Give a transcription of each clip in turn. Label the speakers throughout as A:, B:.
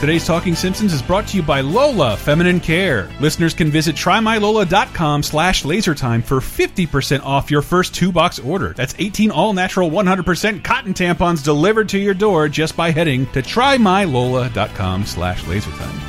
A: Today's Talking Simpsons is brought to you by Lola Feminine Care. Listeners can visit tryMyLola.com slash lasertime for 50% off your first two-box order. That's 18 all-natural 100% cotton tampons delivered to your door just by heading to tryMyLola.com slash lasertime.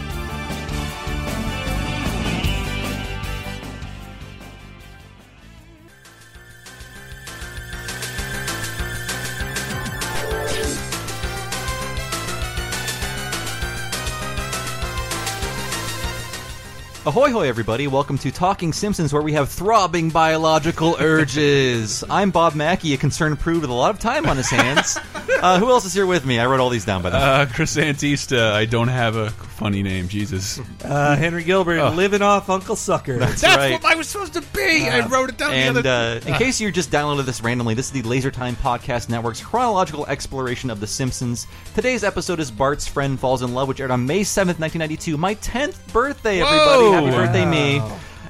B: Ahoy, hoy, everybody. Welcome to Talking Simpsons, where we have throbbing biological urges. I'm Bob Mackey, a concerned prude with a lot of time on his hands. Uh, who else is here with me? I wrote all these down, by the way.
A: Uh, Chris Antista, I don't have a funny name, Jesus.
C: Uh, Henry Gilbert, living off Uncle Sucker.
A: That's
B: right.
A: what I was supposed to be! I wrote it down Oh, the
B: And
A: other
B: uh, in case you just downloaded this randomly, this is the Lasertime Podcast Network's chronological exploration of The Simpsons. Today's episode is Bart's Friend Falls in Love, which aired on May 7th, 1992. My 10th birthday, everybody.
A: Whoa!
B: Happy birthday, me.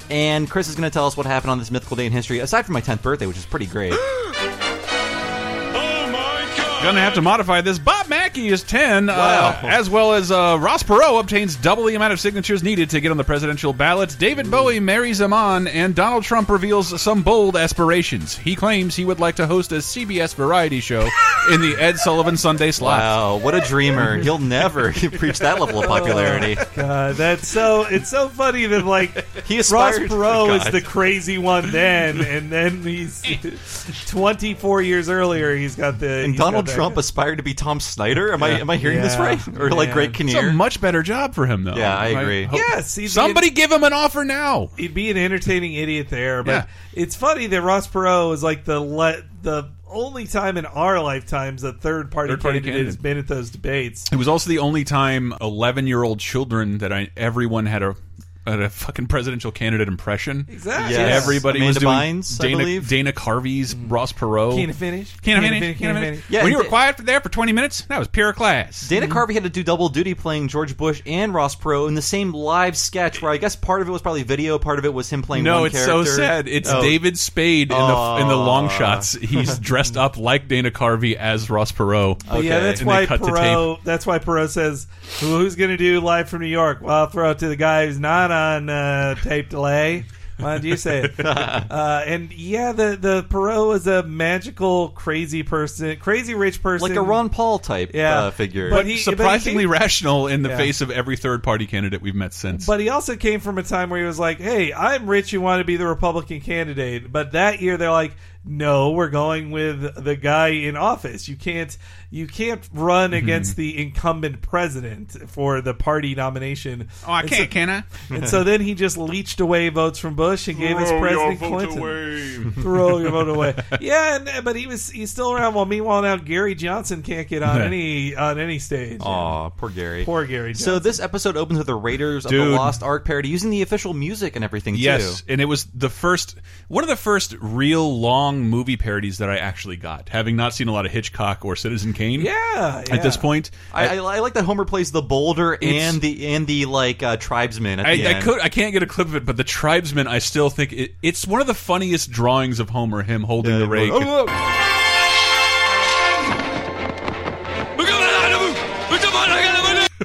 B: And Chris is going to tell us what happened on this mythical day in history, aside from my 10th birthday, which is pretty great.
A: Gonna have to modify this. Bob Mackey is 10, uh,
B: Wow.
A: as well as uh, Ross Perot obtains double the amount of signatures needed to get on the presidential ballot. David Bowie marries Iman, and Donald Trump reveals some bold aspirations. He claims he would like to host a CBS variety show in the Ed Sullivan Sunday slot.
B: Wow, what a dreamer. He'll never reach that level of popularity.
C: God, Uh, that's so. It's so funny that like
B: He
C: Ross
B: aspired-
C: Perot
B: God.
C: is the crazy one then, and then he's 24 years earlier. He's got the
B: And
C: he's got
B: Donald
C: that-
B: Trump aspired to be Tom Snyder? Am I am I hearing this
C: Yeah.
B: right? Or like
C: Yeah.
B: Greg
A: It's a
B: Kinnear?
A: much better job for him, though.
B: Yeah, I agree.
A: hope-
C: Yes, he's
A: Somebody give him an offer now.
C: he'd be an entertaining idiot there. But
A: Yeah.
C: it's funny that Ross Perot is like the le- the only time in our lifetimes a third party
A: Third-party
C: candidate, has
A: candidate.
C: been at those debates.
A: It was also the only time 11 year old children that I everyone had a had a fucking presidential candidate impression.
C: Exactly.
B: Yes.
A: Everybody was
B: Amanda
A: doing
B: Bynes, I
A: Dana,
B: believe.
A: Dana Carvey's Ross Perot.
C: Can't finish.
A: Can't
C: Can't
A: finish.
C: finish,
A: Can't
C: can't
A: finish.
C: finish.
B: Yeah,
A: when
B: and
A: you were
B: Da-
A: quiet for there for 20 minutes, that was pure class.
B: Dana Carvey had to do double duty playing George Bush and Ross Perot in the same live sketch where I guess part of it was probably video, part of it was him playing
A: no,
B: one
A: it's
B: character.
A: so sad. It's
B: Oh.
A: David Spade in the in the long shots. He's dressed up like Dana Carvey as Ross Perot.
C: But yeah,
B: Okay.
C: that's
A: And they
C: why
A: cut to tape.
C: Perot. That's why Perot says, "Who- "Who's going to do live from New York?" Well, I'll throw it to the guy who's not on uh, tape delay. Why don't you say it? uh, and yeah, the the Perot is a magical, crazy person, crazy rich person,
B: Like a Ron Paul type
C: Yeah.
B: uh, figure.
C: But he-
A: Surprisingly
C: but
A: rational in the
C: Yeah.
A: face of every third party candidate we've met since.
C: But he also came from a time where he was like, "Hey, I'm rich. You want to be the Republican candidate?" But that year, they're like, "No, we're going with the guy in office. You can't, you can't run
A: Mm-hmm.
C: against the incumbent president for the party nomination."
A: oh, I
C: And
A: can't,
C: so-
A: can I?
C: and so then he just leached away votes from Bush and gave us President Clinton. Throw your vote away. Yeah, and, but he was he's still around. Well, meanwhile, now Gary Johnson can't get on
A: Yeah.
C: any on any stage.
B: Aw, poor Gary.
C: Poor Gary. Johnson.
B: so this episode opens with the Raiders of
A: Dude.
B: the Lost Ark parody using the official music and everything
A: Yes,
B: too.
A: and it was the first one of the first real long movie parodies that I actually got, having not seen a lot of Hitchcock or Citizen Kane.
C: yeah,
A: At this
C: yeah.
A: point,
B: I, I, I like that Homer plays the boulder
A: It's-
B: and the and the like uh, tribesman at the
A: I, I
B: end.
A: could I can't get a clip of it, but the tribesman I still think it, it's one of the funniest drawings of Homer, him holding the rake.
B: Oh, look.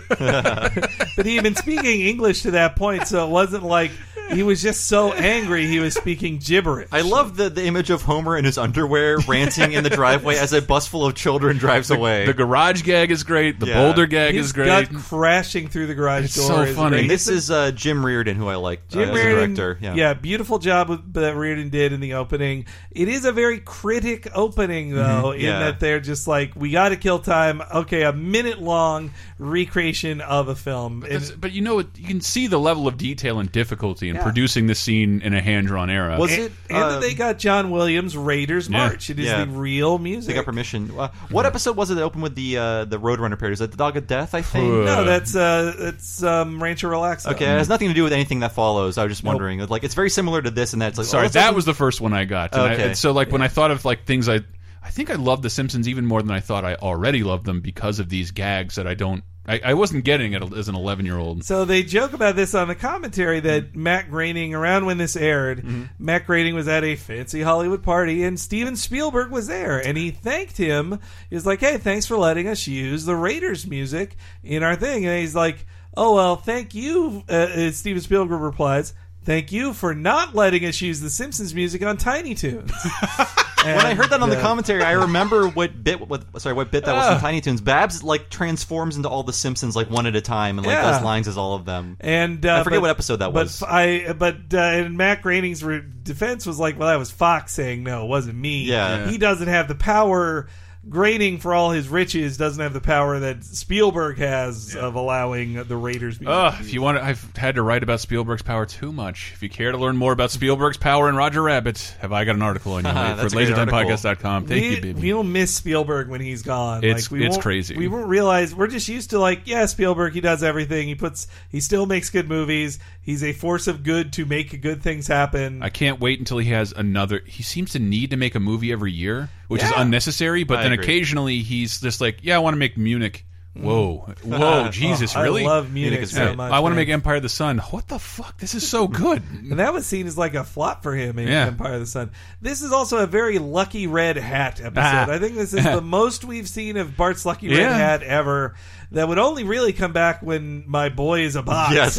C: But he had been speaking English to that point, so it wasn't like he was just so angry he was speaking gibberish.
B: I love the, the image of Homer in his underwear ranting in the driveway as a bus full of children drives away.
A: The garage gag is great. The
B: Yeah.
A: boulder gag
C: his
A: is great.
C: gut crashing through the garage
A: It's
C: door.
A: so
C: is
A: funny.
C: amazing.
B: and this is uh, Jim Reardon, who I like uh,
C: Jim
B: as
C: Reardon,
B: a director. Yeah.
C: beautiful job with- that Reardon did in the opening. It is a very critic opening, though, in
B: Mm-hmm. Yeah.
C: that they're just like, "We got to kill time." Okay, a minute long recreation of a film. And-
A: That's- but you know, it- you can see the level of detail and difficulty in
C: Yeah.
A: producing the scene in a hand drawn era.
B: Was
C: And,
B: it?
C: and
B: uh,
C: that they got John Williams Raiders
A: Yeah.
C: March. It is
B: Yeah.
C: the real music.
B: They got permission. Uh, what episode was it that opened with the uh, the Roadrunner parody? Is that the Dog of Death? I think.
A: Uh,
C: No, that's uh, that's um, Rancho Relaxo.
B: Okay, it has nothing to do with anything that follows. I was just wondering. Like, it's very similar to this, and that's like. oh,
A: Sorry,
B: let's
A: that
B: open-
A: was the first one I got. And I-
B: Okay.
A: and so like when I thought of like things I I think I loved The Simpsons even more than I thought I already loved them because of these gags that I don't I, I wasn't getting it as an
B: Mm-hmm.
A: 11-year-old.
C: So they joke about this on the commentary that Matt Groening, around when this aired,
B: Mm-hmm.
C: Matt Groening was at a fancy Hollywood party and Steven Spielberg was there, and he thanked him. He was like, "Hey, thanks for letting us use the Raiders music in our thing," and he's like, "Oh well, thank you." Uh, uh, Steven Spielberg replies, "Thank you for not letting us use the Simpsons music on Tiny Tunes."
B: When I heard that on the
C: Yeah.
B: commentary, I remember what bit, what, sorry, what bit that was from Tiny Toons. Babs like transforms into all the Simpsons like one at a time, and like
C: Yeah.
B: does lines as all of them.
C: And uh,
B: I forget
C: but-
B: what episode
C: but
B: that was.
C: I but uh, and Matt Groening's re- defense was like, well, that was Fox saying no, it wasn't me.
B: Yeah.
C: he doesn't have the power. Groening, for all his riches, doesn't have the power that Spielberg has of allowing the Raiders. music
A: Ugh,
C: to be
A: if you want to, I've had to write about Spielberg's power too much. If you care to learn more about Spielberg's power and Roger Rabbit, have I got an article on you for
B: That's a great
A: lasertimepodcast.com. Thank
C: we,
A: you, baby.
C: We'll miss Spielberg when he's gone.
A: It's-
C: like, we
A: it's
C: won't-
A: crazy.
C: We won't realize we're just used to like, yeah, Spielberg. He does everything. He puts. He still makes good movies. He's a force of good to make good things happen.
A: I can't wait until he has another. He seems to need to make a movie every year, which is
C: Yeah.
A: unnecessary. But
B: I
A: then
B: agree.
A: occasionally he's just like, "Yeah, I want to make Munich." Whoa, whoa, Jesus,
C: I
A: really?
C: love
B: Munich
C: Munich,
B: is
C: so
B: great.
C: much.
A: I want to
C: man.
A: make Empire of the Sun. What the fuck? This is so good.
C: And that was seen as like a flop for him in
A: Yeah.
C: Empire of the Sun. This is also a very lucky red hat episode.
A: Ah.
C: I think this is the most we've seen of Bart's lucky red
A: Yeah.
C: hat ever. That would only really come back when my boy is a box.
B: Yes,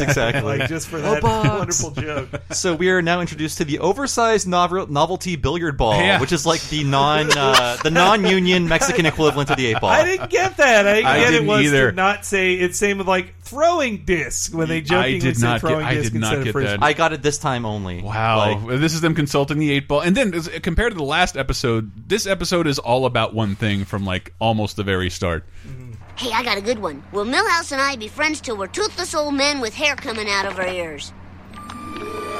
B: exactly.
C: like just for that
B: box.
C: wonderful joke.
B: So we are now introduced to the oversized novel- novelty billiard ball,
A: Yeah.
B: which is like the non uh, the non union Mexican equivalent to the eight ball.
C: I didn't get that. I didn't
A: I
C: get
A: didn't
C: it was
A: either.
C: to not say it's same with like throwing disc when they jokingly
A: I did
C: say
A: not get-
C: throwing
A: I
C: disc
A: did not
C: instead of
A: get
C: frisbee.
A: that.
B: I got it this time only.
A: Wow,
B: Like,
A: this is them consulting the eight ball, and then as- compared to the last episode, this episode is all about one thing from like almost the very start.
D: Hey, I got a good one. Will Millhouse and I be friends till we're toothless old men with hair coming out of our ears?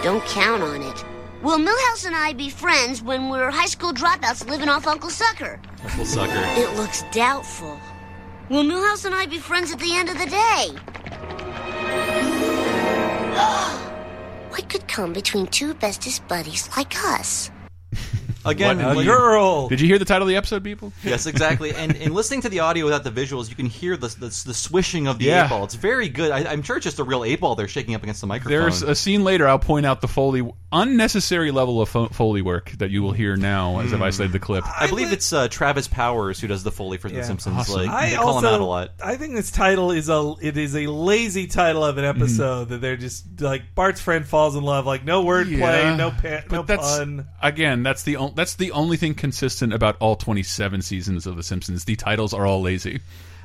D: Don't count on it. Will Millhouse and I be friends when we're high school dropouts living off Uncle Sucker?
B: well, sucker.
D: It looks doubtful. Will Millhouse and I be friends at the end of the day? what could come between two bestest buddies like us?
B: Again,
A: What
B: like-
C: Girl.
A: Did you hear the title of the episode, people?
B: yes, exactly. And in listening to the audio without the visuals, you can hear the the, the swishing of the
A: Yeah.
B: eight ball. It's very good. I, I'm sure it's just a real eight ball they're shaking up against the microphone.
A: There's a scene later. I'll point out the foley unnecessary level of fo- foley work that you will hear now as I've isolated the clip.
B: Hmm. I believe it's uh, Travis Powers who does the Foley for The Simpsons. Like
C: I
B: they call
C: also,
B: him out a lot.
C: I think this title is a it is a lazy title of an episode that they're just like Bart's friend falls in love, like no wordplay,
A: Yeah,
C: no pa- no
A: that's,
C: pun.
A: Again, that's the on, that's the only thing consistent about all 27 seasons of The Simpsons. The titles are all lazy.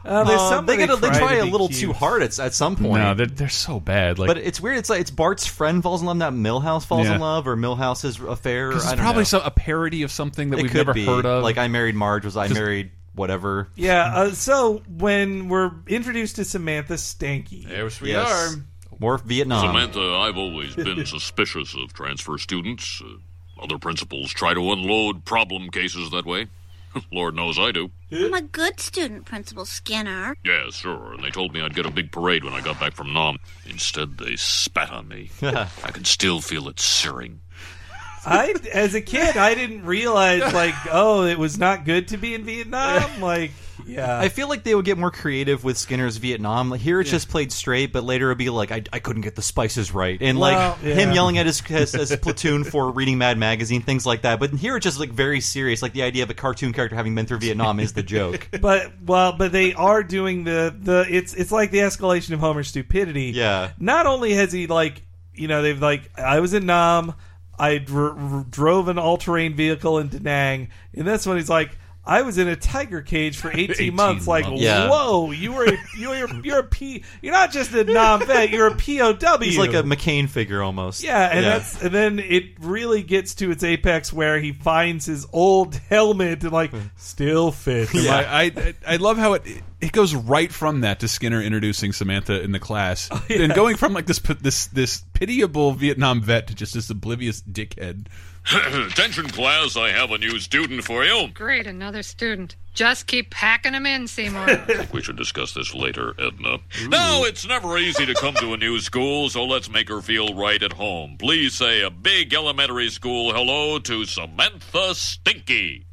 C: Uh, there's
B: Um,
C: some
B: they
C: where
B: get a, they
C: try
B: try
C: to
B: a
C: be
B: little
C: cute.
B: too hard at, at some point.
A: No, they're, they're so bad. Like,
B: but it's weird. It's like it's Bart's friend falls in love, not Millhouse falls
A: Yeah.
B: in love, or Millhouse's affair. Or,
A: this
B: I
A: is
B: don't
A: probably
B: know.
A: so, a parody of something that
B: it
A: we've
B: could
A: never
B: be.
A: heard of.
B: Like I married Marge. Was I married whatever?
C: Yeah. Uh, so when we're introduced to Samantha Stanky,
A: there we
B: Yes.
A: are.
B: More Vietnam.
E: Samantha, I've always been suspicious of transfer students. Uh, other principals try to unload problem cases that way. Lord knows I do.
F: I'm a good student, Principal Skinner.
E: Yeah, sure. And they told me I'd get a big parade when I got back from Nam. Instead, they spat on me. I can still feel it searing.
C: I as a kid I didn't realize like oh it was not good to be in Vietnam. Like yeah,
B: I feel like they would get more creative with Skinner's Vietnam. Like, Here it's just played straight, but later it'd be like I, I couldn't get the spices right, and
C: Well,
B: like him
C: yeah.
B: yelling at his, his, his platoon for reading Mad Magazine, things like that. But here it's just like very serious. Like the idea of a cartoon character having been through Vietnam is the joke.
C: but well, but they are doing the the it's it's like the escalation of Homer's stupidity.
B: Yeah.
C: Not only has he like you know they've like I was in Nam, I dr- dr- drove an all terrain vehicle into Nang, and that's when he's like. I was in a tiger cage for 18,
A: 18
C: months. Like,
A: months.
B: Yeah.
C: whoa, you were a, you're you're a P. You're not just a non vet. You're a POW.
B: He's like a McCain figure almost.
C: Yeah, and that's and then it really gets to its apex where he finds his old helmet and like still fits.
A: Yeah, I, I I love how it it goes right from that to Skinner introducing Samantha in the class, and going from like this this this pitiable Vietnam vet to just this oblivious dickhead.
E: Attention, class, I have a new student for you.
G: Great, another student. Just keep packing them in, Seymour.
E: I think we should discuss this later, Edna. No, it's never easy to come to a new school, so let's make her feel right at home. Please say a big elementary school hello to Samantha Stinky.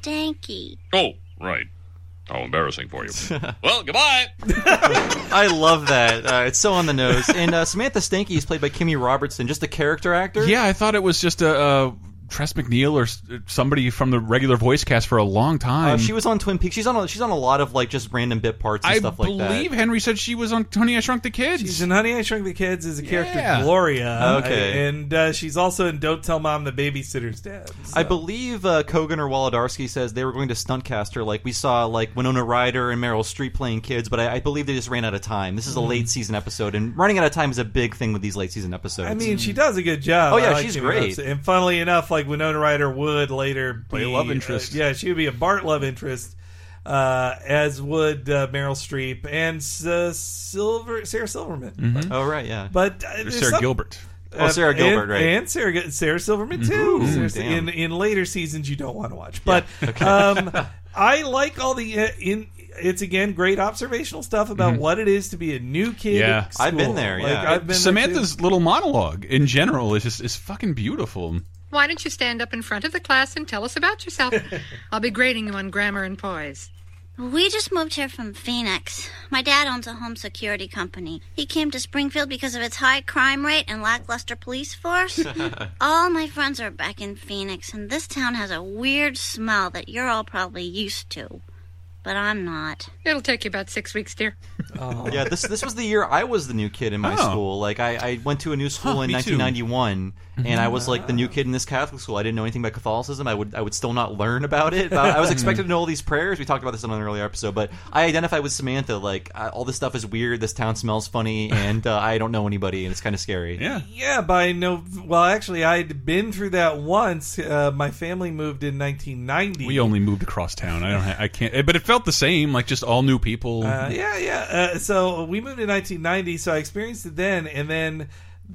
F: Stanky.
E: Oh, right. How embarrassing for you. well, goodbye.
B: I love that. Uh, it's so on the nose. And uh, Samantha Stanky is played by Kimmy Robertson, just a character actor.
A: Yeah, I thought it was just a. Uh, Tress McNeil or s- somebody from the regular voice cast for a long time.
B: Uh, she was on Twin Peaks. She's on. A, she's on a lot of like just random bit parts and
A: I
B: stuff like that.
A: believe Henry said she was on Tony I Shrunk the Kids.
C: She's in Honey I Shrunk the Kids as a character
A: Yeah.
C: Gloria.
B: Okay.
C: and uh, she's also in Don't Tell Mom the Babysitter's Dead. So-
B: I believe uh, Kogan or Wolodarski says they were going to stunt cast her. Like we saw, like Winona Ryder and Meryl Streep playing kids, but I, I believe they just ran out of time. This is
C: Mm-hmm.
B: a late season episode, and running out of time is a big thing with these late season episodes.
C: I mean, she does a good job.
B: Oh, yeah,
C: I like
B: she's
C: Jimmy
B: great.
C: Robinson. And funnily enough, like Winona Ryder would later
A: Play
C: be
A: a love interest.
C: uh, yeah, she would be a Bart love interest, uh, as would uh, Meryl Streep and uh, Silver Sarah Silverman.
B: oh right, yeah.
C: But uh, there's
A: Sarah
C: some-
A: Gilbert.
B: Oh, Sarah Gilbert,
C: Um, and,
B: right. Mm-hmm.
C: And Sarah, Gil- Sarah Silverman too. Sarah- in
B: damn.
C: in later seasons, you don't want to watch. But um, I like all the uh, in. It's again great observational stuff about what it is to be a new kid.
A: Yeah.
C: at school.
B: Mm-hmm. I've been there,
C: Like,
B: yeah.
C: I've been there, too.
A: Samantha's little monologue in general is just is fucking beautiful.
G: Why don't you stand up in front of the class and tell us about yourself? I'll be grading you on grammar and poise.
F: We just moved here from Phoenix. My dad owns a home security company. He came to Springfield because of its high crime rate and lackluster police force. all my friends are back in Phoenix, and this town has a weird smell that you're all probably used to. But I'm not.
G: It'll take you about six weeks, dear.
B: yeah, this this was the year I was the new kid in my
A: Oh.
B: school. Like I, I went to a new school
A: Huh,
B: in
A: me too. Ah.
B: 1991, and I was like the new kid in this Catholic school. I didn't know anything about Catholicism. I would I would still not learn about it. But I was expected to know all these prayers. We talked about this in an earlier episode, but I identify with Samantha. Like I, all this stuff is weird. This town smells funny, and uh, I don't know anybody, and it's kind of scary.
A: Yeah.
C: Yeah, by no. Well, actually, I'd been through that once. Uh, my family moved in 1990.
A: We only moved across town. I don't. Ha I can't. But it felt the same. Like just all new people.
C: Uh, yeah, yeah. Uh, so we moved in 1990, so I experienced it then, and then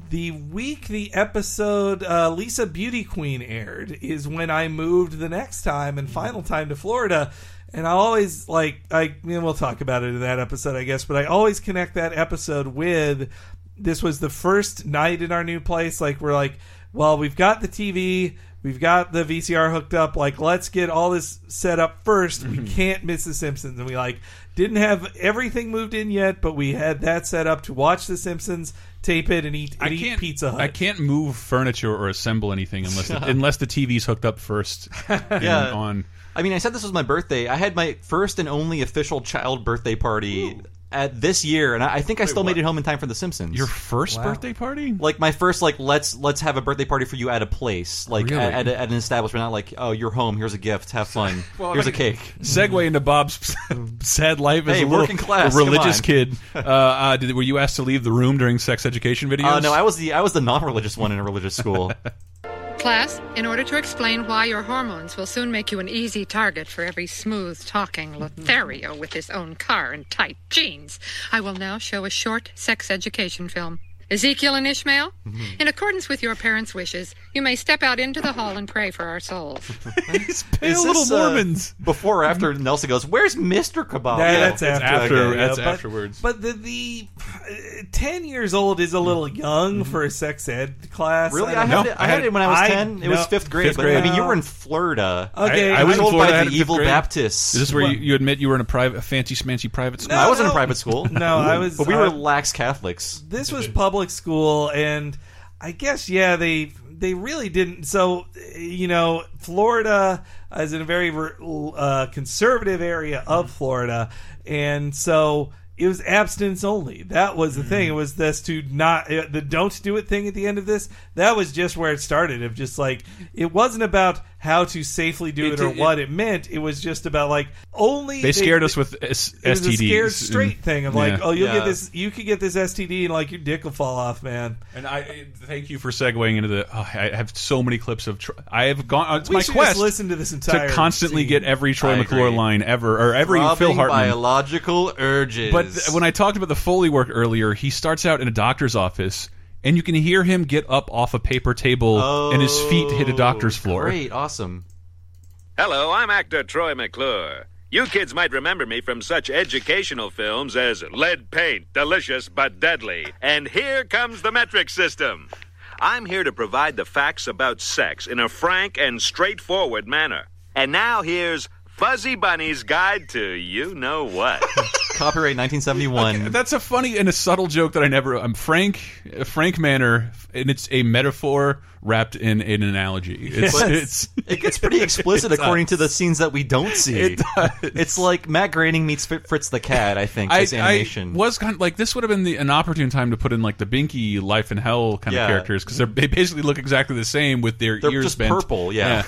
C: the week the episode uh, Lisa Beauty Queen aired is when I moved the next time and final time to Florida. And I always like I mean, we'll talk about it in that episode, I guess, but I always connect that episode with this was the first night in our new place. Like we're like, well, we've got the TV, we've got the VCR hooked up. Like let's get all this set up 1st
B: Mm-hmm.
C: We can't miss the Simpsons, and we like didn't have everything moved in yet, but we had that set up to watch the Simpsons, tape it, and eat and
A: I
C: eat
A: can't.
C: Pizza Hut.
A: I can't move furniture or assemble anything unless the, unless the TV's hooked up first. yeah. On.
B: I mean, I said this was my birthday. I had my first and only official child birthday party at this year, and I, I think I still made it home in time for The Simpsons.
A: Your first birthday party?
B: like my first like let's let's have a birthday party for you at a place like
A: Really?
B: at, at, a, at an establishment not like oh you're home here's a gift have fun here's a cake
A: Segue into Bob's sad life as
B: Hey,
A: a little
B: working class, come
A: religious
B: on.
A: kid. Uh, uh, did, were you asked to leave the room during sex education videos?
B: uh, no I was the I was the non-religious one in a religious school
G: Class, in order to explain why your hormones will soon make you an easy target for every smooth talking Lothario with his own car and tight jeans, I will now show a short sex education film. Ezekiel and Ishmael, in accordance with your parents' wishes, you may step out into the hall and pray for our souls.
A: These pale
B: Is
A: little
B: this, uh,
A: Mormons.
B: before or after Nelson goes where's Mr. Kabal
C: Yeah, that's
B: Yeah.
C: after.
A: after-
C: okay, yeah,
A: that's
C: but-
A: afterwards.
C: But the, the uh, ten years old is a little young for a sex ed class.
B: Mm. Mm-hmm. Really,
C: don't
B: I
C: know.
B: had, it, I had it when I was
C: I-
B: ten. It
C: no.
B: was fifth grade.
A: Fifth
B: but,
A: grade.
B: I mean, you were in Florida.
C: Okay,
A: I, I was in
B: told
A: Florida, I
B: by
A: had
B: the
A: a fifth
B: evil
A: grade.
B: Baptists.
A: Is this where you, you admit you were in a private, fancy, smancy private school?
C: No,
B: I wasn't in
C: no.
B: a private school.
C: No, I was-
B: But we
A: Uh,
B: were
C: I-
B: lax Catholics.
C: this was public school and i guess yeah they they really didn't so you know florida is in a very uh, conservative area of
A: Mm-hmm.
C: florida and so it was abstinence only that was the
A: Mm-hmm.
C: thing it was this to not uh, the don't do it thing at the end of this that was just where it started of just like it wasn't about how to safely do
A: It
C: it, or
A: did-
C: what it meant. It was just about like only
A: They scared us with S-
C: It was a
A: STDs.
C: scared straight thing of like,
A: Yeah.
C: oh, you'll
B: Yeah.
C: get this, you could get this STD, and like your dick will fall off, man.
A: And I I- thank you for segueing into the. oh, I have so many clips of. Tro- I have gone. It's
C: we
A: my
C: should
A: quest
C: just listen to this entire
A: to constantly
C: scene.
A: get every Troy
B: I
A: McClure
B: agree.
A: line ever or every Phil
B: Throbbing
A: Hartman.
B: biological urges.
A: But th- when I talked about the Foley work earlier, he starts out in a doctor's office, and you can hear him get up off a paper table and his feet hit a doctor's floor.
B: Oh, Great, awesome.
H: Hello, I'm actor Troy McClure. You kids might remember me from such educational films as Lead Paint, Delicious but Deadly, and Here Comes the Metric System. I'm here to provide the facts about sex in a frank and straightforward manner. And now here's Fuzzy Bunny's Guide to You Know What.
B: Copyright 1971.
A: That's a funny and a subtle joke that I never. I'm Frank, Frank Manor, and it's a metaphor wrapped in an analogy. It's,
B: But
A: it's
B: it gets pretty explicit according to the scenes that we don't see.
A: It does.
B: It's like Matt Groening meets Fr- Fritz the Cat. I think this animation.
A: was kind of, like this would have been the, an opportune time to put in like the Binky Life and Hell kind
B: Yeah.
A: of characters because they basically look exactly the same with their
B: They're
A: ears
B: just
A: bent.
B: purple, yeah.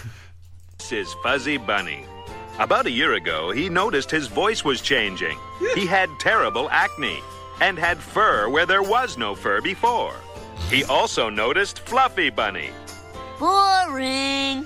H: This is Fuzzy Bunny. About a year ago, he noticed his voice was changing. He had terrible acne and had fur where there was no fur before. He also noticed Fluffy Bunny.
D: Boring.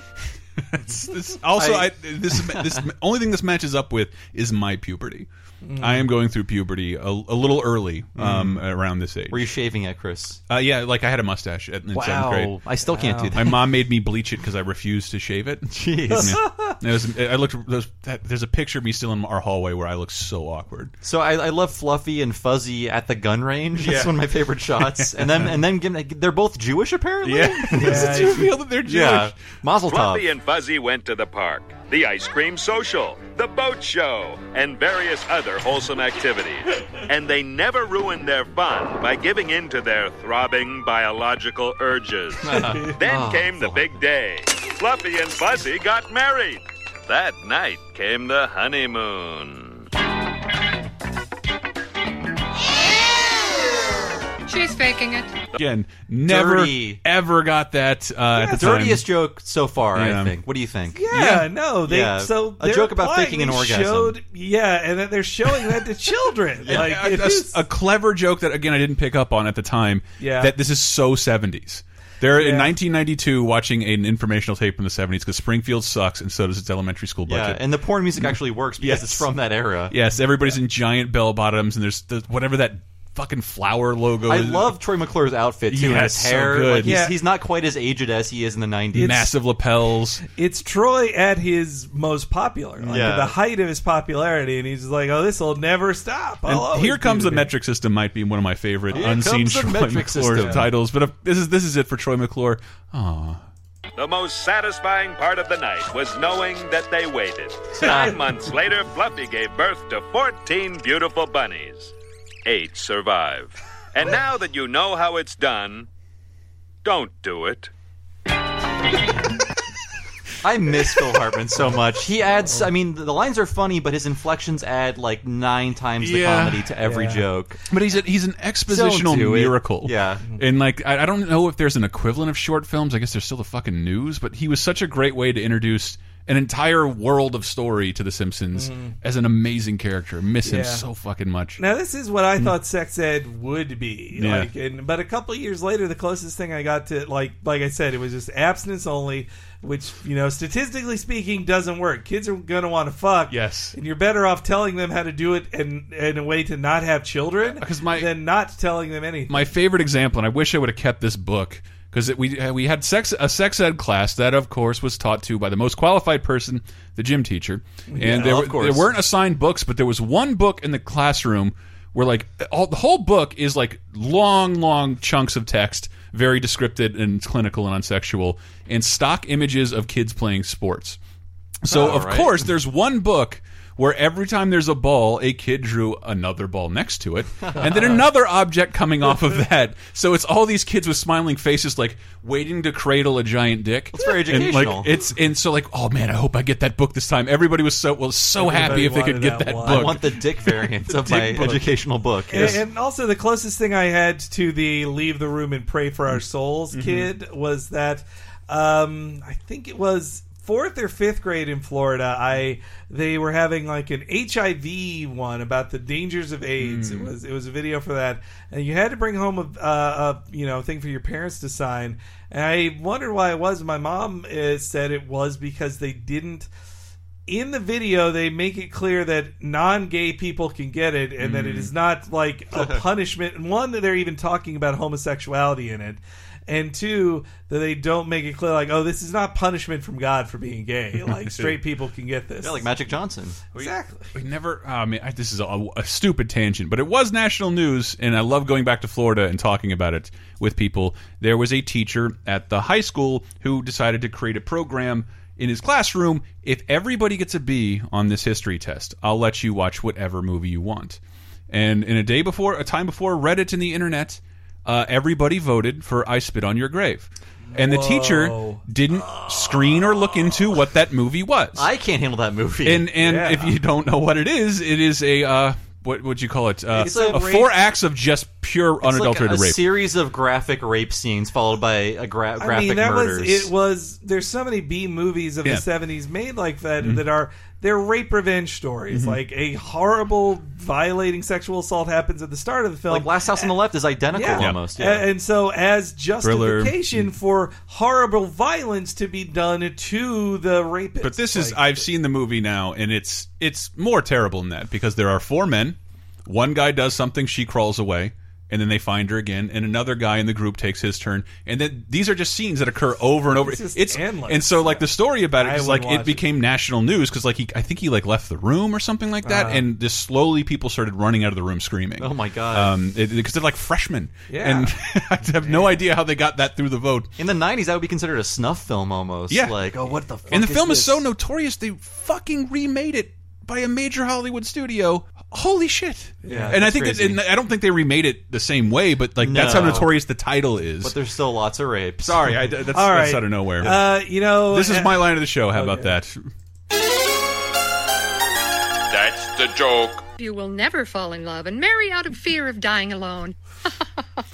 A: This- also, I,
B: I-
A: this this only thing this matches up with is my puberty.
B: Mm.
A: I am going through puberty a, a little early um, around this age.
B: Were you shaving it, Chris?
A: uh, yeah, like I had a mustache at, in seventh grade.
B: Wow, I still can't do
A: My
B: that.
A: mom made me bleach it because I refused to shave it.
B: Jeez.
A: Yeah. It was- I looked. There's, that, there's a picture of me still in our hallway where I look so awkward.
B: So I, I love Fluffy and Fuzzy at the gun range. That's
A: Yeah.
B: one of my favorite shots. And then and then give- they're both Jewish apparently.
A: Does it reveal that they're Jewish?
B: yeah. Mazel tov.
H: Fluffy and Fuzzy went to the park, the ice cream social, the boat show, and various other wholesome activities. And they never ruined their fun by giving in to their throbbing biological urges. then came the big day. Fluffy and Fuzzy got married. That night came the honeymoon.
G: She's faking it.
A: Again, never
B: Dirty.
A: ever got that. Uh, at the time.
B: Dirtiest joke so far,
A: Yeah.
B: I think. What do you think?
C: Yeah, no, they
B: Yeah.
C: so
B: A
C: they're
B: joke about
C: implying
B: faking an
C: they
B: orgasm.
C: Showed, yeah, and that they're showing that to children. Like
A: a,
C: it
A: a-
C: is-
A: a clever joke that again I didn't pick up on at the time.
C: Yeah.
A: That this is so seventies. They're in
C: Yeah.
A: 1992 watching an informational tape from the 70s because Springfield sucks and so does its elementary school
B: Yeah,
A: budget.
B: and the porn music actually works because
A: Yes.
B: it's from that era.
A: yes, everybody's in giant bell bottoms and there's the, whatever that fucking flower logo
B: I
A: is.
B: love Troy McClure's outfit too, and
A: Yeah,
B: his
A: so
B: hair.
A: good.
B: Like, he's,
C: Yeah.
B: he's not quite as aged as he is in the nineties.
A: massive lapels.
C: it's Troy at his most popular, like
B: Yeah.
C: at the height of his popularity, and he's just like, "Oh, this will never stop." I'll
A: And
C: always
A: here comes
C: do
A: the
C: this."
A: metric system. Might be one of my favorite unseen
B: comes the
A: Troy
B: metric
A: McClure
B: system.
A: titles. But if, this is this is it for Troy McClure. Aw.
H: The most satisfying part of the night was knowing that they waited.
B: uh,
H: Nine months later, Fluffy gave birth to 14 beautiful bunnies. Eight survived. And now that you know how it's done, don't do it.
B: I miss Phil Hartman so much. He adds. I mean, the lines are funny, but his inflections add like nine times the
A: Yeah.
B: comedy to every joke.
A: But he's a, he's an expositional
B: Don't do it.
A: miracle.
B: Yeah.
A: And like I, I don't know if there's an equivalent of short films. I guess there's still the fucking news, but he was such a great way to introduce an entire world of story to the Simpsons
B: Mm-hmm.
A: as an amazing character. Miss him
C: Yeah.
A: so fucking much.
C: Now this is what I thought sex ed would be.
A: Mm. Yeah.
C: Like and but a couple of years later the closest thing I got to like like I said, it was just abstinence only, which, you know, statistically speaking doesn't work. Kids are gonna want to fuck.
A: Yes.
C: And you're better off telling them how to do it in in a way to not have children
A: Uh, 'Cause my-
C: than not telling them anything.
A: my favorite example, and I wish I would have kept this book because we uh, we had sex a sex ed class that, of course, was taught to by the most qualified person, the gym teacher, and there,
B: of
A: were-
B: course.
A: there weren't assigned books, but there was one book in the classroom where like all, the whole book is like long, long chunks of text, very descriptive and clinical and unsexual, and stock images of kids playing sports. So
C: Oh,
A: of
B: right.
A: course, there's one book where every time there's a ball, a kid drew another ball next to it, and then another object coming off of that. So it's all these kids with smiling faces, like waiting to cradle a giant dick. It's
B: very educational.
A: And, like, it's and so like, oh man, I hope I get that book this time. Everybody was so well, so happy
C: Everybody
A: if they could
C: wanted
A: get
C: that
A: that
C: one.
A: book.
B: I want the dick variant of my
C: book.
B: educational book.
C: And- And also, the closest thing I had to the "Leave the Room and Pray for Our Souls" kid was that um, I think it was fourth or fifth grade in Florida, I they were having like an HIV one about the dangers of AIDS. It was it was a video for that, and you had to bring home a, uh, a you know thing for your parents to sign. And I wondered why it was. My mom uh, said it was because they didn't in the video they make it clear that non-gay people can get it and
B: Mm.
C: that it is not like a punishment and one that they're even talking about homosexuality in it and two that they don't make it clear like oh this is not punishment from god for being gay like straight people can get this
B: Yeah, like Magic Johnson.
C: exactly
A: We never. uh, I mean, I, this is a, a stupid tangent, but it was national news, and I love going back to Florida and talking about it with people. There was a teacher at the high school who decided to create a program in his classroom. If everybody gets a B on this history test, I'll let you watch whatever movie you want. And in a day before, a time before Reddit and the internet, uh, everybody voted for "I Spit on Your Grave," and the teacher didn't screen or look into what that movie was.
B: I can't handle that movie.
A: And and if you don't know what it is, it is a uh, what would you call it? Uh,
B: It's
A: a
B: a rape-
A: four acts of just pure
B: It's like
A: unadulterated
B: a
A: rape.
B: series of graphic rape scenes followed by a gra- graphic
C: I mean, that
B: murders.
C: was it. Was there's so many B movies of
A: Yeah.
C: the '70s made like that
B: Mm-hmm.
C: that are they're rape revenge stories. Like a horrible, violating sexual assault happens at the start of the film.
B: like Last House on the Left is identical
C: Yeah.
B: almost.
C: A-
B: Yeah.
C: And so, as
A: Thriller.
C: justification for horrible violence to be done to the rapist.
A: But this is
C: Like,
A: I've seen the movie now, and it's it's more terrible than that because there are four men. One guy does something, she crawls away, and then they find her again, and another guy in the group takes his turn, and then these are just scenes that occur over and over.
C: It's just endless.
A: and so like the story about
C: I
A: it is
C: would
A: like
C: watch
A: it
C: it.
A: became national news because like he I think he like left the room or something like that,
C: Uh-huh.
A: and just slowly people started running out of the room screaming.
B: Oh my God.
A: Because they're like freshmen,
C: Yeah.
A: and I have no idea how they got that through the vote.
B: In the '90s, that would be considered a snuff film almost.
A: Yeah.
B: Like, oh, what the? fuck
A: and the film is
B: this?
A: so notorious they fucking remade it by a major Hollywood studio. Holy shit! Yeah, and I
B: that's
A: think that,
B: crazy.
A: and I don't think they remade it the same way, but like that's how
B: No.
A: notorious the title is.
B: But there's still lots of rapes.
A: Sorry, I, that's,
C: All
A: that's
C: right.
A: out of nowhere.
C: uh, you know,
A: this is
C: uh,
A: my line of the show. How about that?
E: That's the joke.
G: You will never fall in love and marry out of fear of dying alone.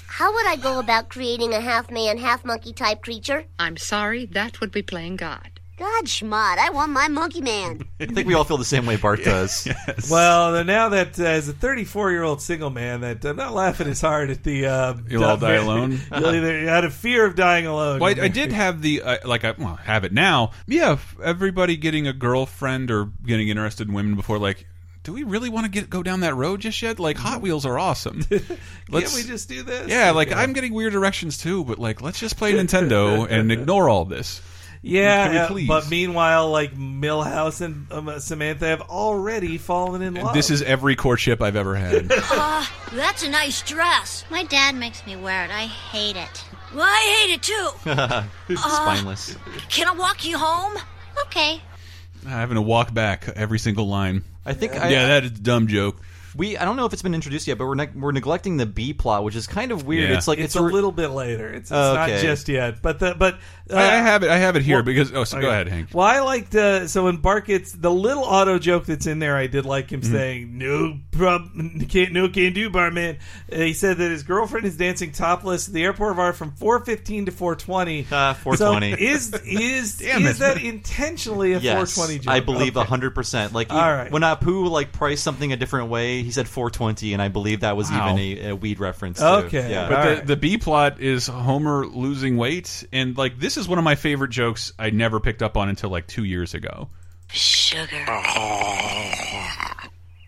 D: How would I go about creating a half man, half monkey type creature?
G: I'm sorry, that would be playing God.
D: God schmod, I want my monkey man.
B: I think we all feel the same way Bart does.
C: Well, then now that uh, as a 34 year old single man, that uh, I'm not laughing as hard at the. Uh,
A: You'll all die alone.
C: You'll either out of fear of dying alone.
A: Well, I, I did have the uh, like I well, I have it now. Yeah, f- everybody getting a girlfriend or getting interested in women before like. Do we really want to get go down that road just yet? Like Hot Wheels are awesome.
C: Can't
A: Let's-
C: we just do this?
A: Yeah, like I'm getting weird directions too, but like let's just play Nintendo and ignore all this.
C: Yeah,
A: Can we
C: uh,
A: please?
C: but meanwhile, like Millhouse and um, uh, Samantha have already fallen in love.
A: This is every courtship I've ever had.
D: That's a nice dress.
F: My dad makes me wear it. I hate it.
D: Well, I hate it too.
B: Spineless.
D: Can I walk you home?
F: Okay.
A: Having to walk back every single line.
B: I think I,
A: yeah, that is a dumb joke.
B: we. I don't know if it's been introduced yet, but we're neg we're neglecting the B plot, which is kind of weird.
A: Yeah.
B: It's like
C: It's,
B: it's,
C: a
B: re-
C: little bit later. It's, it's
B: Okay.
C: not just yet, but the but uh,
A: I, I have it. I have it here
C: well,
A: because. Oh, so go
C: okay.
A: ahead, Hank.
C: Well, I liked uh, so when Bark gets the little auto joke that's in there. I did like
A: Mm-hmm.
C: him saying no prob can't no can do barman. Uh, he said that his girlfriend is dancing topless at the airport bar from four fifteen to four twenty.
B: Ah, 420.
C: So is is
A: Damn
C: is
A: it.
C: that intentionally a
B: Yes,
C: four twenty joke?
B: I believe
C: Okay.
B: hundred percent. Like
C: All right.
B: when Apu like priced something a different way, he said four twenty, and I believe that was
A: Wow.
B: even a, a weed reference. too.
C: Okay.
B: yeah.
A: But the,
C: Alright.
A: the B plot is Homer losing weight, and like this is one of my favorite jokes I never picked up on until like two years ago.
I: sugar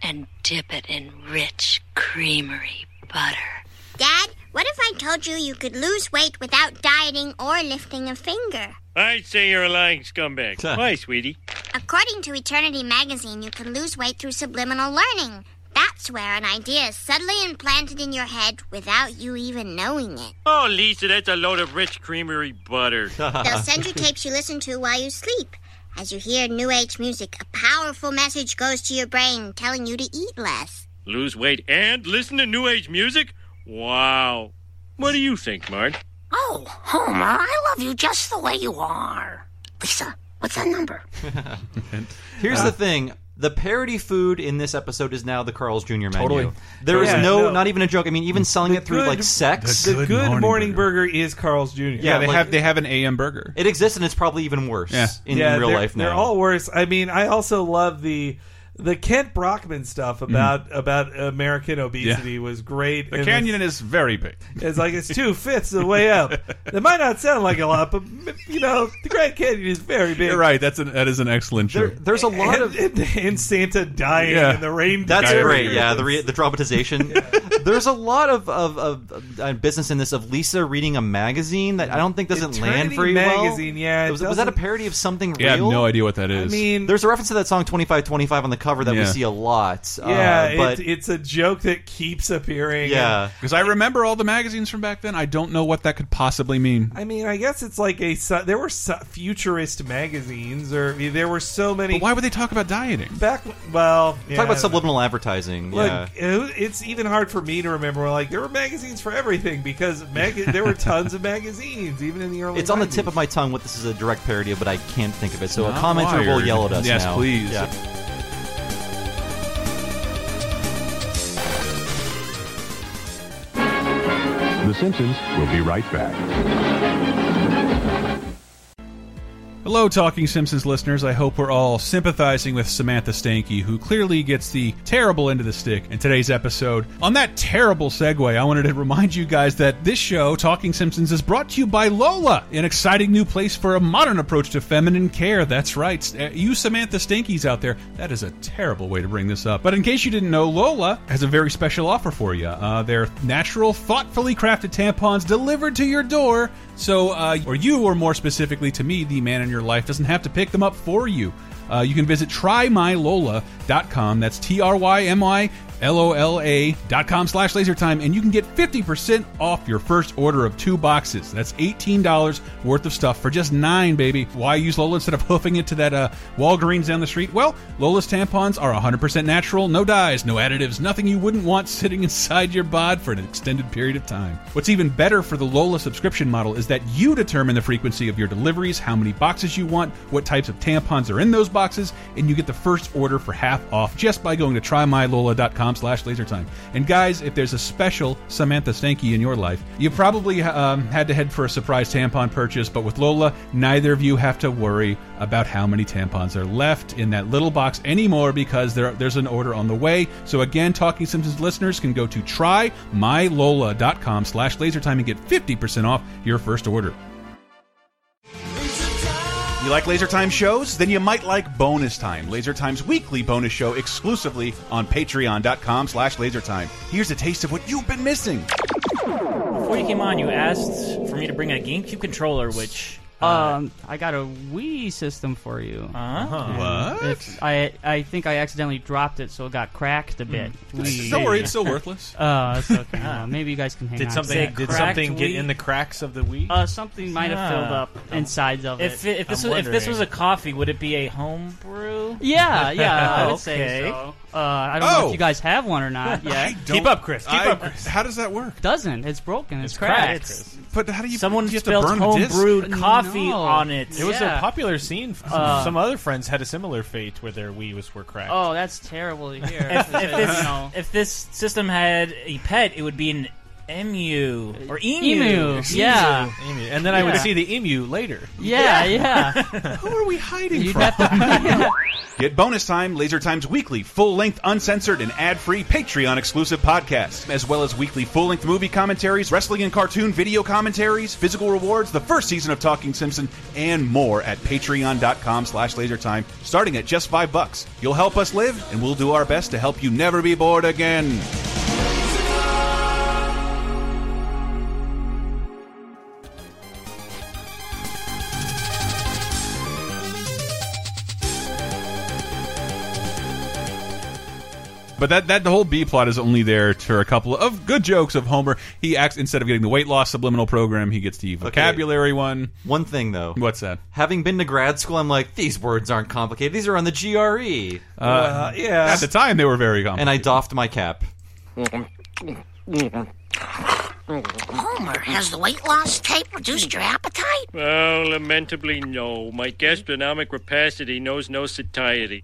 I: and dip it in rich creamery butter.
D: Dad, what if I told you you could lose weight without dieting or lifting a finger?
J: I'd say you're a lying scumbag.
B: Huh.
J: Why, sweetie?
D: According to Eternity Magazine, you can lose weight through subliminal learning. That's where an idea is suddenly implanted in your head without you even knowing it.
J: Oh, Lisa, that's a load of rich creamery butter.
D: They'll send you tapes you listen to while you sleep. As you hear New Age music, a powerful message goes to your brain telling you to eat less.
J: Lose weight and listen to New Age music? Wow. What do you think, Mart?
I: Oh, Homer, I love you just the way you are. Lisa, what's that number?
C: uh,
B: Here's the thing. The parody food in this episode is now the Carl's Jr. menu.
C: Totally.
B: There is
C: Yeah,
B: no,
C: no.
B: not even a joke. I mean, even selling it through
C: good-
B: like sex.
C: Uh, The good, morning, burger. is Carl's Jr.
B: Yeah, they have-
A: they have an AM burger.
B: It exists and it's probably even worse in real
C: they're-
B: life
C: They're
B: now.
C: all worse. I mean, I also love the the Kent Brockman stuff about about American obesity was great.
A: Mm-hmm. The
C: And
A: canyon is very big.
C: It's, it's like it's two fifths of the way up. That might not sound like a lot, but you know, the Grand Canyon is very big.
A: You're right. That's an that is an excellent joke.
B: There's a lot
C: of and, and Santa dying
A: Yeah.
C: and the rain.
B: That's
C: dying.
B: great. Yeah, the re- the dramatization. There's a lot of of, of uh, business in this of Lisa reading a magazine that I don't think doesn't land
C: Eternity
B: very well.
C: magazine, yeah, it
B: was, was that a
C: doesn't-
B: parody of something
A: Yeah, I have
B: real?
A: no idea what that
C: I
A: is.
C: mean,
B: there's a reference to that song 2525 on the cover that we
A: Yeah.
B: see a lot. uh,
C: yeah,
B: but
C: it, it's a joke that keeps appearing.
B: Yeah.
A: because I remember all the magazines from back then. I don't know what that could possibly mean.
C: I mean, I guess it's like a su- there were su- futurist magazines, or I mean, there were so many.
A: But why would they talk about dieting?
C: back? w- Well, yeah.
B: talk about subliminal advertising.
C: Look,
B: yeah.
C: it- it's even hard for me to remember. Like there were magazines for everything because mag- there were tons of magazines, even in the early.
B: It's on the
C: 90s.
B: tip of my tongue what this is a direct parody of, but I can't think of it. So a
A: Not
B: commenter will
A: wired.
B: yell at us
A: Yes,
B: now.
A: please.
B: Yeah.
K: The Simpsons will be right back.
A: Hello, Talking Simpsons listeners. I hope we're all sympathizing with Samantha Stanky, who clearly gets the terrible end of the stick in today's episode. On that terrible segue, I wanted to remind you guys that this show, Talking Simpsons, is brought to you by Lola, an exciting new place for a modern approach to feminine care. That's right. Uh, You Samantha Stankies out there, that is a terrible way to bring this up. But in case you didn't know, Lola has a very special offer for you. Uh, they're natural, thoughtfully crafted tampons delivered to your door. So, uh, or you, or more specifically to me, the man in your life, doesn't have to pick them up for you. Uh, you can visit trymylola.com. That's T R Y M Y L O L A dot com slash lasertime, and you can get 50% off your first order of two boxes. That's $18 worth of stuff for just nine, baby. Why use Lola instead of hoofing it to that uh, Walgreens down the street? Well, Lola's tampons are 100% natural, no dyes, no additives, nothing you wouldn't want sitting inside your bod for an extended period of time. What's even better for the Lola subscription model is that you determine the frequency of your deliveries, how many boxes you want, what types of tampons are in those boxes, and you get the first order for half off just by going to trymylola.com slash lasertime. And guys, if there's a special Samantha Stanky in your life, you probably um, had to head for a surprise tampon purchase, but with Lola, neither of you have to worry about how many tampons are left in that little box anymore because there, there's an order on the way. So again, Talking Simpsons listeners can go to trymylola.com slash lasertime and get 50% off your first order. You like Laser Time shows? Then you might like Bonus Time, Laser Time's weekly bonus show exclusively on patreon.com slash lasertime. Here's a taste of what you've been missing.
L: Before you came on, you asked for me to bring a GameCube controller, which uh,
M: Um, I got a Wii system for you.
L: Uh-huh.
M: And it's- I I think I accidentally dropped it, so it got cracked a bit.
A: Mm.
M: Wee.
A: Don't worry, it's still worthless.
M: Oh, that's okay. Well, maybe you guys can hang
N: Did
M: on.
N: something-
M: to that.
N: did something get in the
M: cracks of the Wii? Uh, something might have filled
N: Ah.
M: up insides of
N: If,
M: it.
N: if this was, if this was a coffee, would it be a homebrew?
M: yeah, yeah, I would say
N: Okay.
M: so. Uh, I don't know
N: Oh.
M: if you guys have one or not
N: I
M: yet.
N: don't- Keep up, Chris. Keep I- up, Chris.
A: How does that work?
M: Doesn't. It's broken. It's,
N: cracked.
M: cracked.
N: It's-
A: But how do you?
N: Someone do you have to spilled burn a disc? homebrewed coffee on it.
M: It
N: It was
M: was
N: a
M: yeah.
N: popular scene.
M: Uh,
N: Some other friends had a similar fate where their Wii was were cracked.
M: Oh, that's terrible to hear.
N: if, if
M: You
N: this,
M: know.
N: if this system had a pet, it would be an emu or emu.
M: Emu, yeah.
N: Emu. And then I would
M: Yeah.
N: see the emu later.
M: Yeah, yeah.
A: Who are we hiding
M: You'd
A: from?
M: have to-
A: Get Bonus Time, Laser Time's weekly, full length, uncensored, and ad free Patreon exclusive podcast, as well as weekly full length movie commentaries, wrestling and cartoon video commentaries, physical rewards, the first season of Talking Simpson, and more at patreon.com slash lasertime, starting at just five bucks. You'll help us live, and we'll do our best to help you never be bored again. But that that the whole B plot is only there for a couple of good jokes of Homer. He acts instead of getting the weight loss subliminal program, he gets the vocabulary one.
B: One thing though.
A: What's that?
B: Having been to grad school, I'm like, these words aren't complicated. These are on the GRE.
A: Uh, At the time, they were very common.
B: And I doffed my cap.
D: Homer, has the weight loss tape reduced your appetite?
J: Well, lamentably, no. My gastronomic rapacity knows no satiety.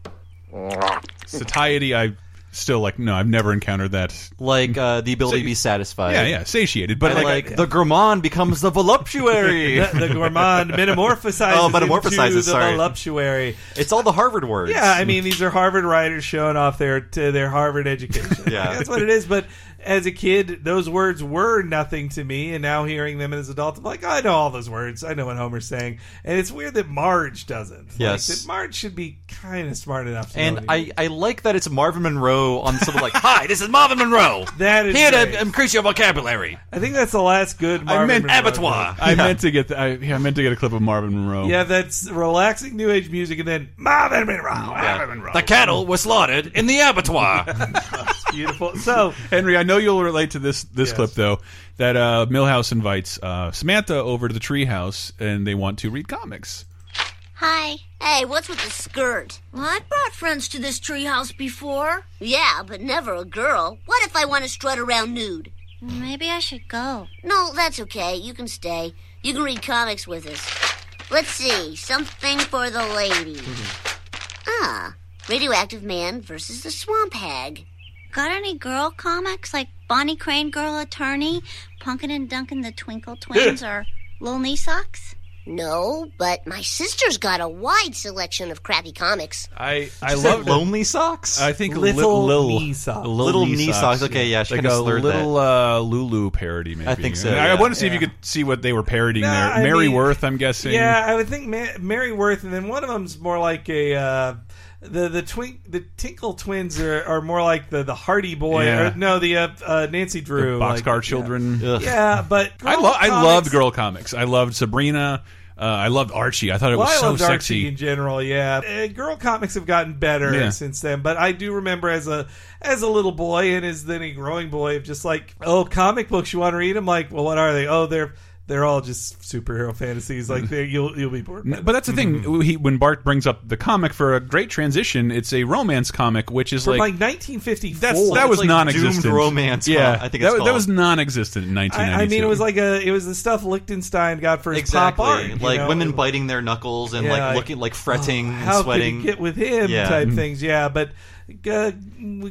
A: Satiety, I still like. No, I've never encountered that.
B: Like uh, the ability to be satisfied.
A: Yeah, yeah, satiated. But
B: And,
A: like,
B: like, the gourmand becomes the voluptuary.
C: the, the gourmand metamorphosizes,
B: Oh, metamorphosizes.
C: into
B: sorry,
C: the voluptuary.
B: It's all the Harvard words.
C: Yeah, I mean these are Harvard writers showing off their to their Harvard education.
B: Yeah.
C: that's what it is. But as a kid, those words were nothing to me, and now hearing them as an adult, I'm like, I know all those words. I know what Homer's saying, and it's weird that Marge doesn't. Like,
B: Yes.
C: that Marge should be kind of smart enough. To know
B: And
C: these.
B: I, I like that it's Marvin Monroe on someone like, Hi, this is Marvin Monroe.
C: That is
B: Here
C: great.
B: to increase your vocabulary.
C: I think that's the last good. Marvin Monroe
B: uh,
C: clip.
A: I meant to get. The, I, yeah, I meant to get a clip of Marvin Monroe.
C: Yeah, that's relaxing new age music, and then Marvin Monroe. Marvin Monroe.
B: The cattle were slaughtered in the abattoir.
C: beautiful. So,
A: Henry, I know you'll relate to this this clip though. That uh, Millhouse invites uh, Samantha over to the treehouse, and they want to read comics.
D: Hi. Hey, what's with the skirt? Well, I brought friends to this treehouse before. Yeah, but never a girl. What if I want to strut around nude?
F: Maybe I should go.
D: No, that's okay. You can stay. You can read comics with us. Let's see. Something for the lady.
F: Mm-hmm.
D: Ah, Radioactive Man versus the Swamp Hag.
F: Got any girl comics like Bonnie Crane Girl Attorney, Punkin and Duncan the Twinkle Twins, or Lil Knee Socks?
D: No, but my sister's got a wide selection of crappy comics.
A: I
B: I love lonely socks.
A: I think
B: Little
A: Lil, Lil,
B: Knee Socks.
A: Lil
B: Little Knee Socks. Okay, yeah, she
A: like
B: kinda
A: a
B: slurred
A: little uh, Lulu parody. Maybe
B: I think so,
A: I,
B: yeah.
A: want to see if
B: Yeah.
A: you could see what they were parodying
C: Nah,
A: there.
C: I
A: Mary
C: mean-
A: Worth, I'm guessing.
C: Yeah, I would think Ma- Mary Worth, and then one of them's more like a uh, the the twink the Tinkle twins are, are more like the the Hardy Boy.
A: Yeah.
C: Or, no, the uh, uh, Nancy Drew. like-
A: Boxcar Children. Yeah,
C: Yeah, but
A: I
C: girl
A: love. I
C: comics-
A: loved girl comics. I loved Sabrina. Uh, I loved Archie. I thought it was
C: well, I
A: so
C: loved
A: sexy.
C: Archie in general. Yeah, Uh, girl comics have gotten better
A: Yeah.
C: since then, but I do remember as a as a little boy and as then a growing boy of just like, oh, comic books you want to read? I'm like, well, what are they? Oh, they're they're all just superhero fantasies. Like they you'll you'll be bored. by
A: N- But that's the
C: Mm-hmm.
A: thing. He, when Bart brings up the comic for a great transition, it's a romance comic, which is
C: From
A: like
C: like 1954.
A: that's that was non-existent. Yeah, that, was- that was non-existent in
C: I,
A: 1992.
C: I mean, it was like a it was the stuff Lichtenstein got for his
B: Exactly.
C: pop art, you
B: like
C: know?
B: women biting their knuckles and
C: Yeah,
B: like looking like fretting
C: How
B: and sweating.
C: could you get with him
B: Yeah.
C: type
B: Mhm.
C: things. Yeah, but uh,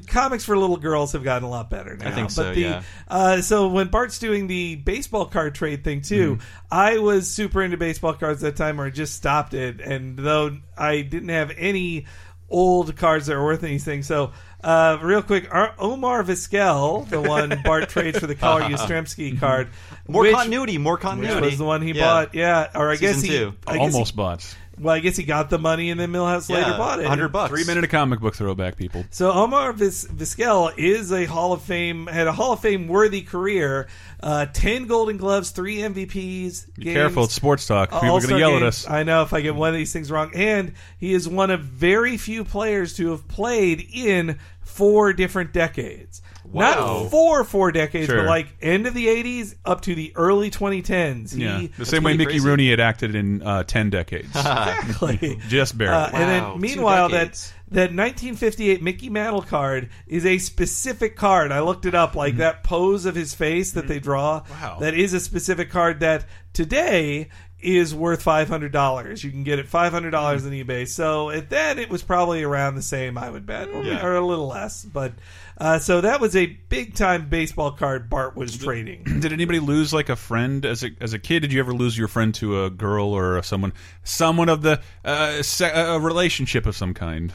C: comics for little girls have gotten a lot better now.
B: I think so,
C: But the,
B: yeah.
C: uh, so when Bart's doing the baseball card trade thing too, I was super into baseball cards that time, or just stopped it. And though I didn't have any old cards that were worth anything, so. Uh, real quick, Ar- Omar Vizquel, the one Bart trades for the Collar Yastrzemski card,
B: More
C: which-
B: continuity, more continuity.
C: which was the one he
B: Yeah.
C: bought. Yeah, or I guess
B: Season
C: he
B: two.
C: I guess he-
A: almost bought.
C: well, I guess he got the money and then Millhouse later bought it.
A: Three minute comic book throwback, people.
C: So Omar Vis- Vizquel is a Hall of Fame had a Hall of Fame worthy career, uh, ten Golden Gloves, three MVPs.
A: Be
C: games, Uh,
A: careful, it's sports talk. People are going to
C: All-Star
A: yell at
C: games.
A: us.
C: I know if I get one of these things wrong, and he is one of very few players to have played in four different decades.
A: Wow.
C: Not four four decades,
A: Sure.
C: but like end of the '80s up to the early 2010s. He-
A: yeah, the same way Mickey Rooney had acted in uh, ten decades.
C: Exactly.
A: just barely.
C: Uh, And then, meanwhile, that that 1958 Mickey Mantle card is a specific card. I looked it up. Like that pose of his face that they draw.
A: Mm-hmm. Wow.
C: That is a specific card that today is worth five hundred dollars. You can get it five hundred dollars
A: Mm-hmm.
C: on eBay. So at then it was probably around the same, I would bet, or,
A: Yeah.
C: or a little less. But uh, so that was a big time baseball card Bart was trading.
A: Did anybody lose like a friend as a as a kid? Did you ever lose your friend to a girl or someone someone of the uh, se a relationship of some kind?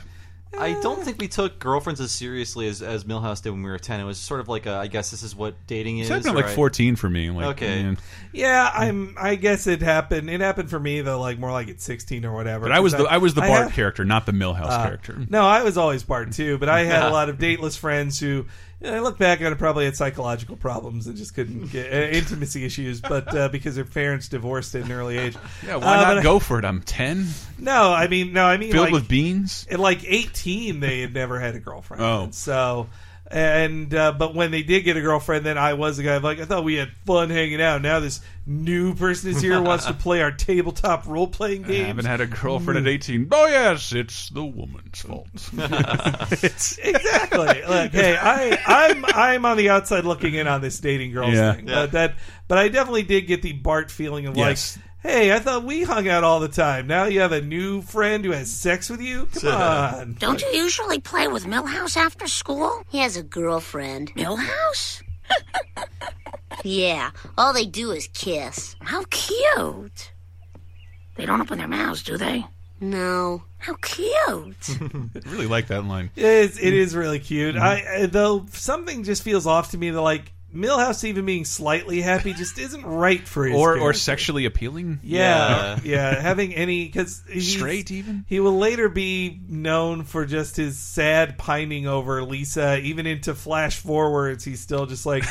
B: I don't think we took girlfriends as seriously as, as Milhouse did when we were ten. It was sort of like a, I guess this is what dating is.
A: It's happened at,
B: or
A: like
B: I-
A: fourteen for me. Like,
B: Okay.
A: man.
C: Yeah, I'm. I guess it happened. It happened for me though, like more like at 16 or whatever.
A: but I was the I was the Bart
C: had-
A: character, not the Millhouse
C: Uh,
A: character.
C: No, I was always Bart too. But I had a lot of dateless friends who, and I look back on it, probably had psychological problems and just couldn't get uh, intimacy issues. But uh, because their parents divorced at an early age.
A: Yeah, why
C: Uh,
A: not
C: but I-
A: go for it? I'm ten,
C: No, I mean no, I mean
A: filled
C: like,
A: with beans.
C: at like 18 they had never had a girlfriend
A: Oh.
C: And so and uh, but when they did get a girlfriend then i was the guy of like i thought we had fun hanging out now this new person is here who wants to play our tabletop role-playing
A: I
C: game
A: haven't had a girlfriend at eighteen. Oh yes, it's the woman's fault. It's-
C: exactly. Like, hey, I, I'm I'm on the outside looking in on this dating girls
A: Yeah.
C: thing,
A: Yeah.
C: but that, but I definitely did get the Bart feeling of
A: Yes.
C: like, Hey, I thought we hung out all the time. Now you have a new friend who has sex with you? Come on.
D: Don't you usually play with Millhouse after school? He has a girlfriend. Millhouse? yeah, all they do is kiss. How cute.
I: They don't open their mouths, do they?
D: No. How cute.
A: really like that line.
C: It is, it is really cute.
A: Mm-hmm.
C: I, I though something just feels off to me that like Millhouse even being slightly happy just isn't right for his
A: Or or
C: character.
A: sexually appealing.
C: Yeah, yeah. Having any because
A: Straight, even
C: he will later be known for just his sad pining over Lisa. Even into flash forwards, he's still just like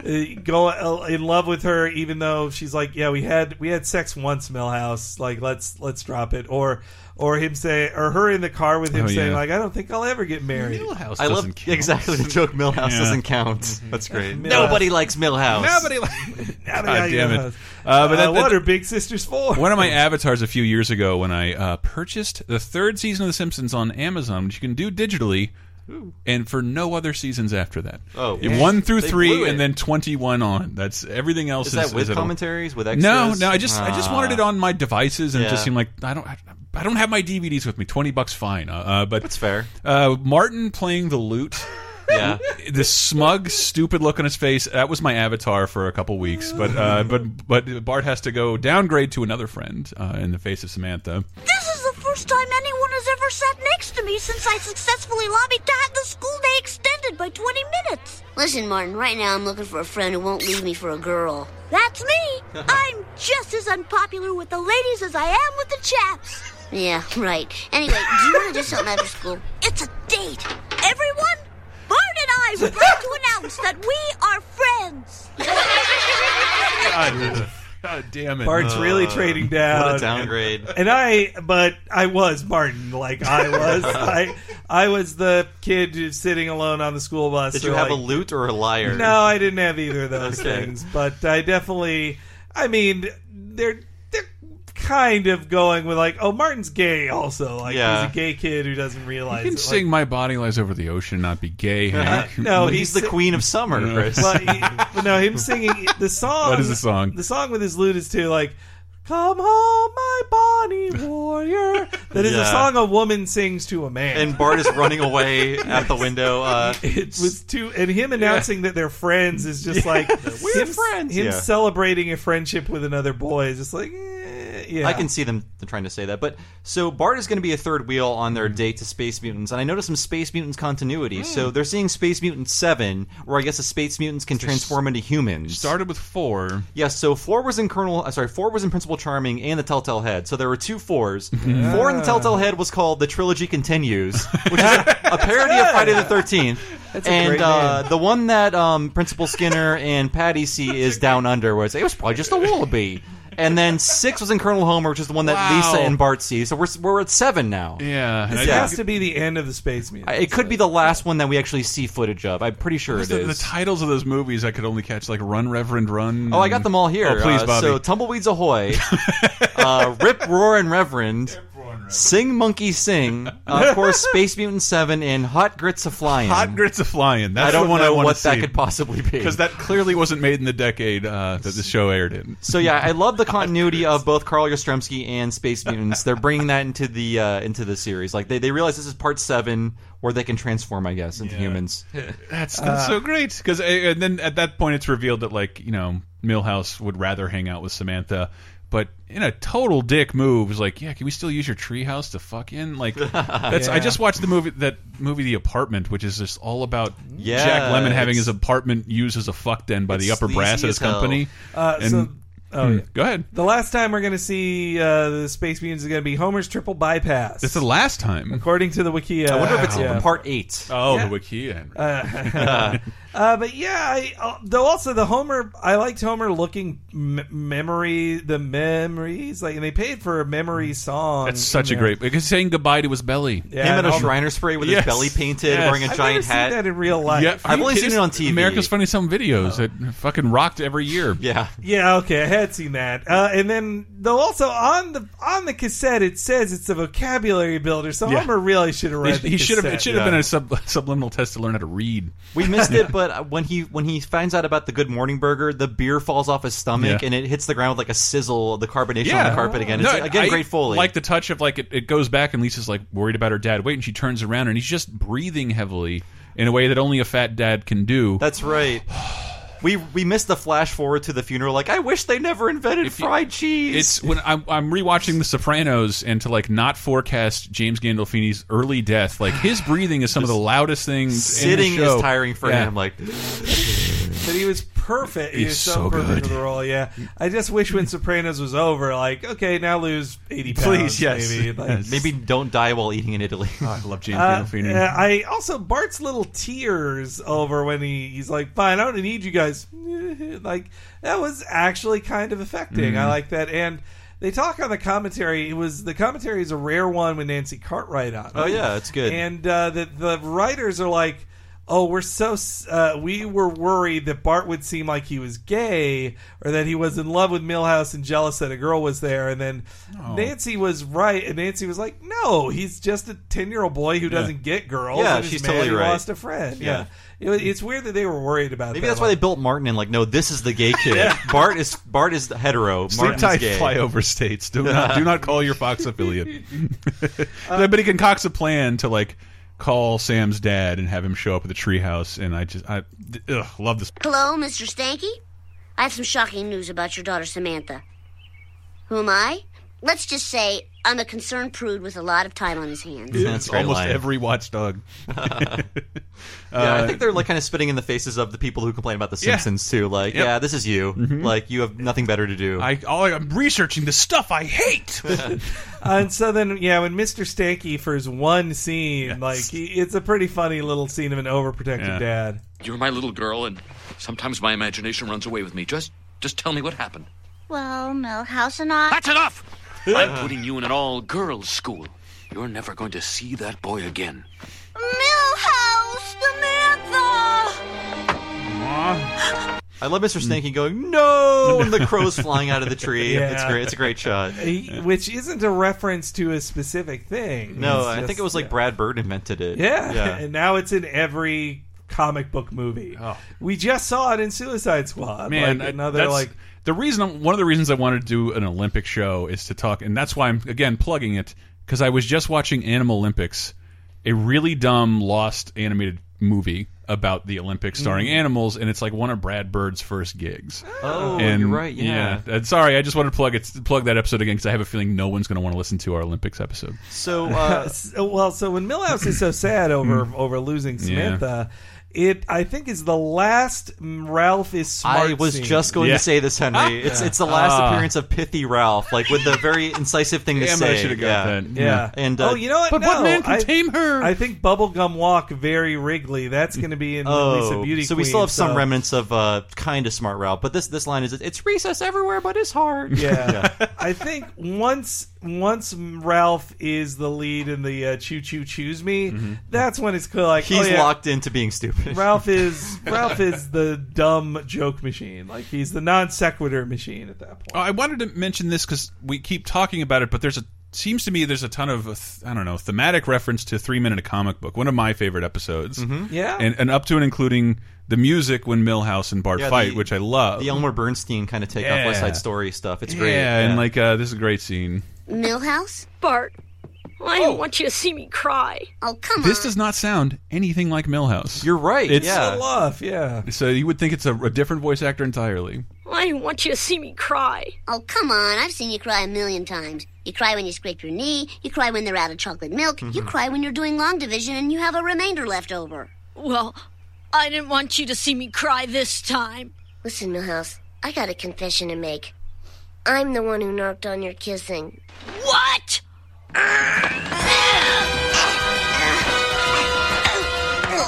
C: uh, go uh, in love with her, even though she's like, yeah, we had we had sex once, Millhouse. Like let's let's drop it. Or or him say or her in the car with him
B: Oh,
C: saying
B: yeah.
C: like, I don't think I'll ever get married. Millhouse
B: I love exactly the joke. Millhouse
A: Yeah.
B: doesn't count. That's great.
C: Mm-hmm. Millhouse.
B: Nobody likes Millhouse.
C: Nobody likes. Nobody
A: God
C: likes
A: damn it.
C: Millhouse.
A: Uh, but that-
C: Uh, what
A: that-
C: are big sisters for?
A: One of my avatars a few years ago when I uh, purchased the third season of The Simpsons on Amazon, which you can do digitally, and for no other seasons after that.
B: Oh.
A: Yeah, one through
B: They blew
A: three,
B: it.
A: and then twenty-one on. That's everything else.
B: Is
A: Is,
B: that with
A: at a-
B: commentaries, with
A: No,
B: extras?
A: no. I just I just
B: Ah.
A: wanted it on my devices, and it
B: Yeah.
A: just seemed like I don't. I don't have my DVDs with me. Twenty bucks, fine. Uh, uh, but that's
B: fair.
A: Uh, Martin playing the lute.
B: Yeah.
A: the smug, stupid look on his face. That was my avatar for a couple weeks. But uh, but but Bart has to go downgrade to another friend uh, in the face of Samantha.
D: This is the first time anyone has ever sat next to me since I successfully lobbied to have the school day extended by 20 minutes. Listen, Martin, right now I'm looking for a friend who won't leave me for a girl. That's me! I'm just as unpopular with the ladies as I am with the chaps. Yeah, right. Anyway, do you want to do something after school? It's a date! Everyone, Bart and I would like to announce that we are friends!
A: God, damn it! Uh,
C: Bart's really trading down.
B: What a downgrade.
C: And I, but I was Martin. Like I was, I, I was the kid who's sitting alone on the school bus.
B: Did
C: so,
B: you have a
C: like-
B: lute or a liar?
C: No, I didn't have either of those
B: Okay.
C: things. But I definitely, I mean, they're they're kind of going with like, oh, Martin's gay also. Like
A: Yeah.
C: he's a gay kid who doesn't realize.
A: You can
C: it. Like,
A: sing "My Body Lies Over the Ocean," not be gay. Hank.
C: no, he's, si-
A: Yeah.
C: Well, he- but no, him singing the song.
A: What is the song?
C: The song with his lute is too like, "Come home, my bonnie warrior." That is a
B: Yeah.
C: song a woman sings to a man.
B: And Bart is running away out the window. Uh,
C: it was too, and him announcing that they're friends is just like we're him, friends. Him
B: Yeah.
C: celebrating a friendship with another boy is just like, eh, yeah.
B: I can see them trying to say that. But so Bart is going to be a third wheel on
C: Mm.
B: their date to Space Mutants, and I noticed some Space Mutants continuity. So they're seeing Space Mutant Seven, where I guess the Space Mutants can transform into humans.
A: Started with four.
B: Yes. so four was in Colonel. uh, Sorry, four was in Principal Charming and the Telltale Head. So there were two fours. Four in the Telltale Head was called the Trilogy Continues, which is a, a parody of Friday the Thirteenth.
C: That's a
B: And
C: great
B: uh, the one that um, Principal Skinner and Patty see is Down Under, where it's, it was probably just a wallaby. And then six was in Colonel Homer, which is the one that
C: Wow.
B: Lisa and Bart see. So we're we're at seven now.
A: Yeah,
C: This has to be the end of the space meeting.
B: it could be the last one that we actually see footage of. I'm pretty sure it is.
A: The, the titles of those movies I could only catch like "Run, Reverend, Run."
B: Oh, I got them all here.
A: Oh, please,
B: Uh,
A: Bobby.
B: So tumbleweeds ahoy, uh, rip roar and reverend, sing monkey sing. Uh, of course, space mutant seven and hot grits a flying.
A: Hot um, grits a flying. That's
B: I don't
A: the one
B: know
A: I want
B: what
A: to
B: that could possibly be.
A: because that clearly wasn't made in the decade uh, that the show aired in.
B: So yeah, I love the continuity of both Carl Yastrzemski and Space Mutants. They're bringing that into the uh, into the series. Like they, they realize this is part seven where they can transform, I guess, into humans.
A: That's, that's
C: Uh,
A: so great because and then at that point it's revealed that like you know Millhouse would rather hang out with Samantha, but in a total dick move is like yeah can we still use your treehouse to fuck in like that's I
B: Yeah.
A: just watched the movie that movie The Apartment which is just all about
B: Yeah,
A: Jack Lemon having
B: it's-
A: his apartment used as a fuck den by the
B: It's
A: upper brass
B: sleazy
A: of his
B: as hell.
A: company.
C: Uh,
A: and,
C: so- oh,
A: Hmm,
C: yeah.
A: go ahead.
C: The last time we're going to see uh, the space mutants is going to be Homer's triple bypass.
A: It's the last time.
C: According to the Wikia.
B: I wonder if it's
C: Yeah.
B: part eight.
A: Oh,
C: Yeah.
A: the Wikia.
C: Uh, uh, but yeah, I, uh, though also the Homer, I liked Homer looking m- memory, the memories, like, and they paid for a memory song.
A: Mm. That's such
C: in
A: a
C: there.
A: great because saying goodbye to his belly.
C: Yeah, Him in a and all-
B: Shriner spray with
A: Yes.
B: his belly painted,
A: Yes.
B: wearing a
A: I've
B: giant
C: never seen
B: hat.
C: that in real life.
A: Yeah,
B: I've only seen it on TV.
A: America's Funny Some videos that fucking rocked every year.
B: Yeah.
C: Yeah, okay, I had seen that. Uh, and then Though also on the on the cassette it says it's a vocabulary builder, so
A: Yeah.
C: Homer really should have read.
A: They-
C: the
A: he should have. It
C: cassette.
A: should have been a sub, subliminal test to learn how to read.
B: We missed it, but when he when he finds out about the Good Morning Burger, the beer falls off his stomach
A: Yeah.
B: and it hits the ground with like a sizzle, the carbonation on the carpet again. It's,
A: No,
B: again,
A: I
B: great foley.
A: Like the touch of like it, it goes back and Lisa's like worried about her dad. Wait, and she turns around and he's just breathing heavily in a way that only a fat dad can do.
B: That's right. We we missed the flash forward to the funeral. Like I wish they never invented fried cheese.
A: It's when I'm, I'm rewatching The Sopranos and to like not forecast James Gandolfini's early death. Like his breathing is some of the loudest things.
B: sitting
A: in the show.
B: is tiring for him. Like
C: But he was perfect. he
A: He's
C: was so,
A: so
C: perfect
A: good.
C: for the role. Yeah, I just wish when Sopranos was over, like, okay, now lose eighty pounds,
B: please, yes,
C: maybe. Like,
B: maybe don't die while eating in Italy.
A: Oh,
B: I love James
C: Uh, yeah, I also Bart's little tears over when he, he's like, "Fine, I don't need you guys." like that was actually kind of affecting.
A: Mhm.
C: I like that, and they talk on the commentary. It was the commentary is a rare one with Nancy Cartwright on. it.
B: Oh, yeah, it's good.
C: And uh, the the writers are like. Oh, we're so. s- Uh, we were worried that Bart would seem like he was gay, or that he was in love with Millhouse and jealous that a girl was there. And then
A: Oh.
C: Nancy was right, and Nancy was like, "No, he's just a ten-year-old boy who
B: Yeah.
C: doesn't get girls.
B: Yeah,
C: and is
B: she's
C: mad
B: totally
C: he
B: right.
C: Lost a friend.
B: Yeah.
C: Yeah, It was- it's weird that they were worried about.
B: Maybe
C: that
A: uh,
B: that's why they built Martin and like, no, this is the gay kid. Bart is Bart is hetero.
A: Sleep
B: Martin's
A: tight
B: gay.
A: flyover states. Do not do not call your Fox affiliate. but he concocts a plan to like call Sam's dad and have him show up at the treehouse. And I just I th- ugh, love this.
D: Hello, Mr. Stanky? I have some shocking news about your daughter, Samantha. Who am I? Let's just say I'm a concerned prude with a lot of time on his hands.
B: That's a great
A: almost
B: line.
A: every watchdog.
B: Yeah,
A: Uh,
B: I think they're like kind of spitting in the faces of the people who complain about The
A: Yeah.
B: Simpsons too. Like,
A: Yep.
B: yeah, this is you.
C: Mm-hmm.
A: Mhm.
B: Like, you have nothing better to do.
A: I, all I, I'm researching the stuff I hate.
C: and so then, yeah, when Mr. Stanky for his one scene, like he, it's a pretty funny little scene of an overprotective
O: Yeah.
C: dad.
O: You're my little girl, and sometimes my imagination runs away with me. Just, just tell me what happened.
F: Well, Millhouse and I.
O: That's enough! I'm putting you in an all-girls school. You're never going to see that boy again.
I: Millhouse! Samantha!
B: I love
C: Mm.
B: Mr. Snaky going no, and the crows flying out of the tree.
C: Yeah.
B: It's great. It's a great shot.
C: He- which isn't a reference to a specific thing.
B: No,
C: It's
B: I
C: just-
B: think it was like Brad Bird invented it.
C: Yeah. and now it's in every comic book movie.
B: Oh.
C: We just saw it in Suicide Squad.
A: Man,
C: like
A: I-
C: another
A: that's-
C: like
A: the reason. I'm- One of the reasons I wanted to do an Olympic show is to talk, and that's why I'm again plugging it because I was just watching Animal Olympics, a really dumb lost animated movie about the Olympics starring
B: Mm.
A: animals, and it's like one of Brad Bird's first gigs.
B: Oh,
A: and,
B: you're right, yeah.
A: and sorry, I just wanted to plug it, plug that episode again because I have a feeling no one's going to want to listen to our Olympics episode.
B: So,
C: uh, so- well, so when Millhouse is so
B: Mm.
C: sad over over losing
A: Yeah.
C: Samantha, it I think is the last Ralph is smart.
B: I was
C: scene.
B: just going to say this, Henry. It's
C: Yeah.
B: it's the last
C: Ah.
B: appearance of Pithy Ralph, like with the very incisive thing to
C: Damn,
B: say.
C: I should've got
B: yeah.
C: that.
B: Yeah.
C: Yeah.
B: And uh,
C: oh, you know what? no, I,
A: tame her?
C: I think Bubblegum Walk very Wrigley. That's going to be in Lisa Beauty.
B: Oh, so we still
C: Queen,
B: have some
C: so-
B: remnants of uh, kind of smart Ralph, but this this line is it's recess everywhere but it's hard.
C: Yeah. I think once once Ralph is the lead in the uh, Choo Choo Choose Me, that's when it's clear. Like
B: he's
C: oh, yeah,
B: locked into being stupid.
C: Ralph is Ralph is the dumb joke machine. Like he's the non sequitur machine at that point.
A: Oh, I wanted to mention this because we keep talking about it, but there's a seems to me there's a ton of uh, th- I don't know thematic reference to Three Men in a Comic Book, one of my favorite episodes.
B: Mhm. Yeah.
A: and, and up to and including the music when Millhouse and Bart
B: Yeah,
A: fight,
B: the-
A: which I love.
B: the Elmer Bernstein kind of take off West Side Story stuff. It's great.
A: Yeah,
B: Yeah.
A: and like uh, this is a great scene.
D: Millhouse?
P: Bart, I don't want you to see me cry.
D: Oh, come
A: This does not sound anything like Millhouse. You're
B: right.
A: It's
C: yeah. Love, yeah.
A: So you would think it's a, a different voice actor entirely.
P: I didn't want you to see me cry.
D: Oh, come on. I've seen you cry a million times. You cry when you scrape your knee, you cry when they're out of chocolate milk, you
P: Mhm.
D: cry when you're doing long division and you have a remainder left over.
P: Well, I didn't want you to see me cry this time.
D: Listen, Millhouse, I got a confession to make. I'm the one who narked on your kissing.
P: What?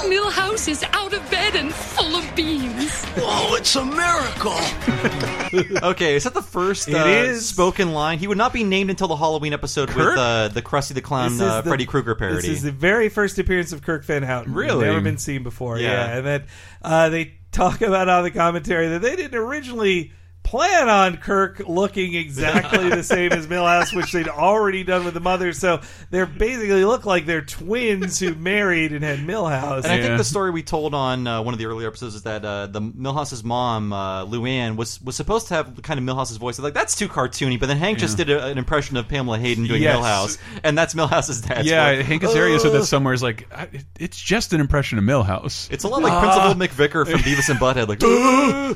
G: Millhouse is out of bed and full of beans.
Q: Oh, it's a miracle!
B: okay, is that the first
C: It
B: uh,
C: is.
B: spoken line? He would not be named until the Halloween episode with
C: Kirk?
B: uh, the Krusty the Clown
C: This
B: uh,
C: is the-
B: Freddy Krueger parody.
C: This is the very first appearance of Kirk Van Houten.
B: Really?
C: Never been seen before.
B: Yeah.
C: Yeah. And then uh, they talk about on the commentary that they didn't originally plan on Kirk looking exactly the same as Millhouse, which they'd already done with the mother. So they're basically look like they're twins who married and had Millhouse.
B: And I think the story we told on uh, one of the earlier episodes is that uh, the Milhouse's mom, uh, Luann, was was supposed to have kind of Milhouse's voice. Like that's too cartoony. But then Hank just did a, an impression of Pamela Hayden doing
A: Yes.
B: Millhouse, and that's Millhouse's dad.
A: yeah, Hank Azaria said
B: that's.
A: that somewhere is like I, it- it's just an impression of Millhouse.
B: It's a lot like
C: Uh,
B: Principal McVicker from Beavis and Butthead. Like,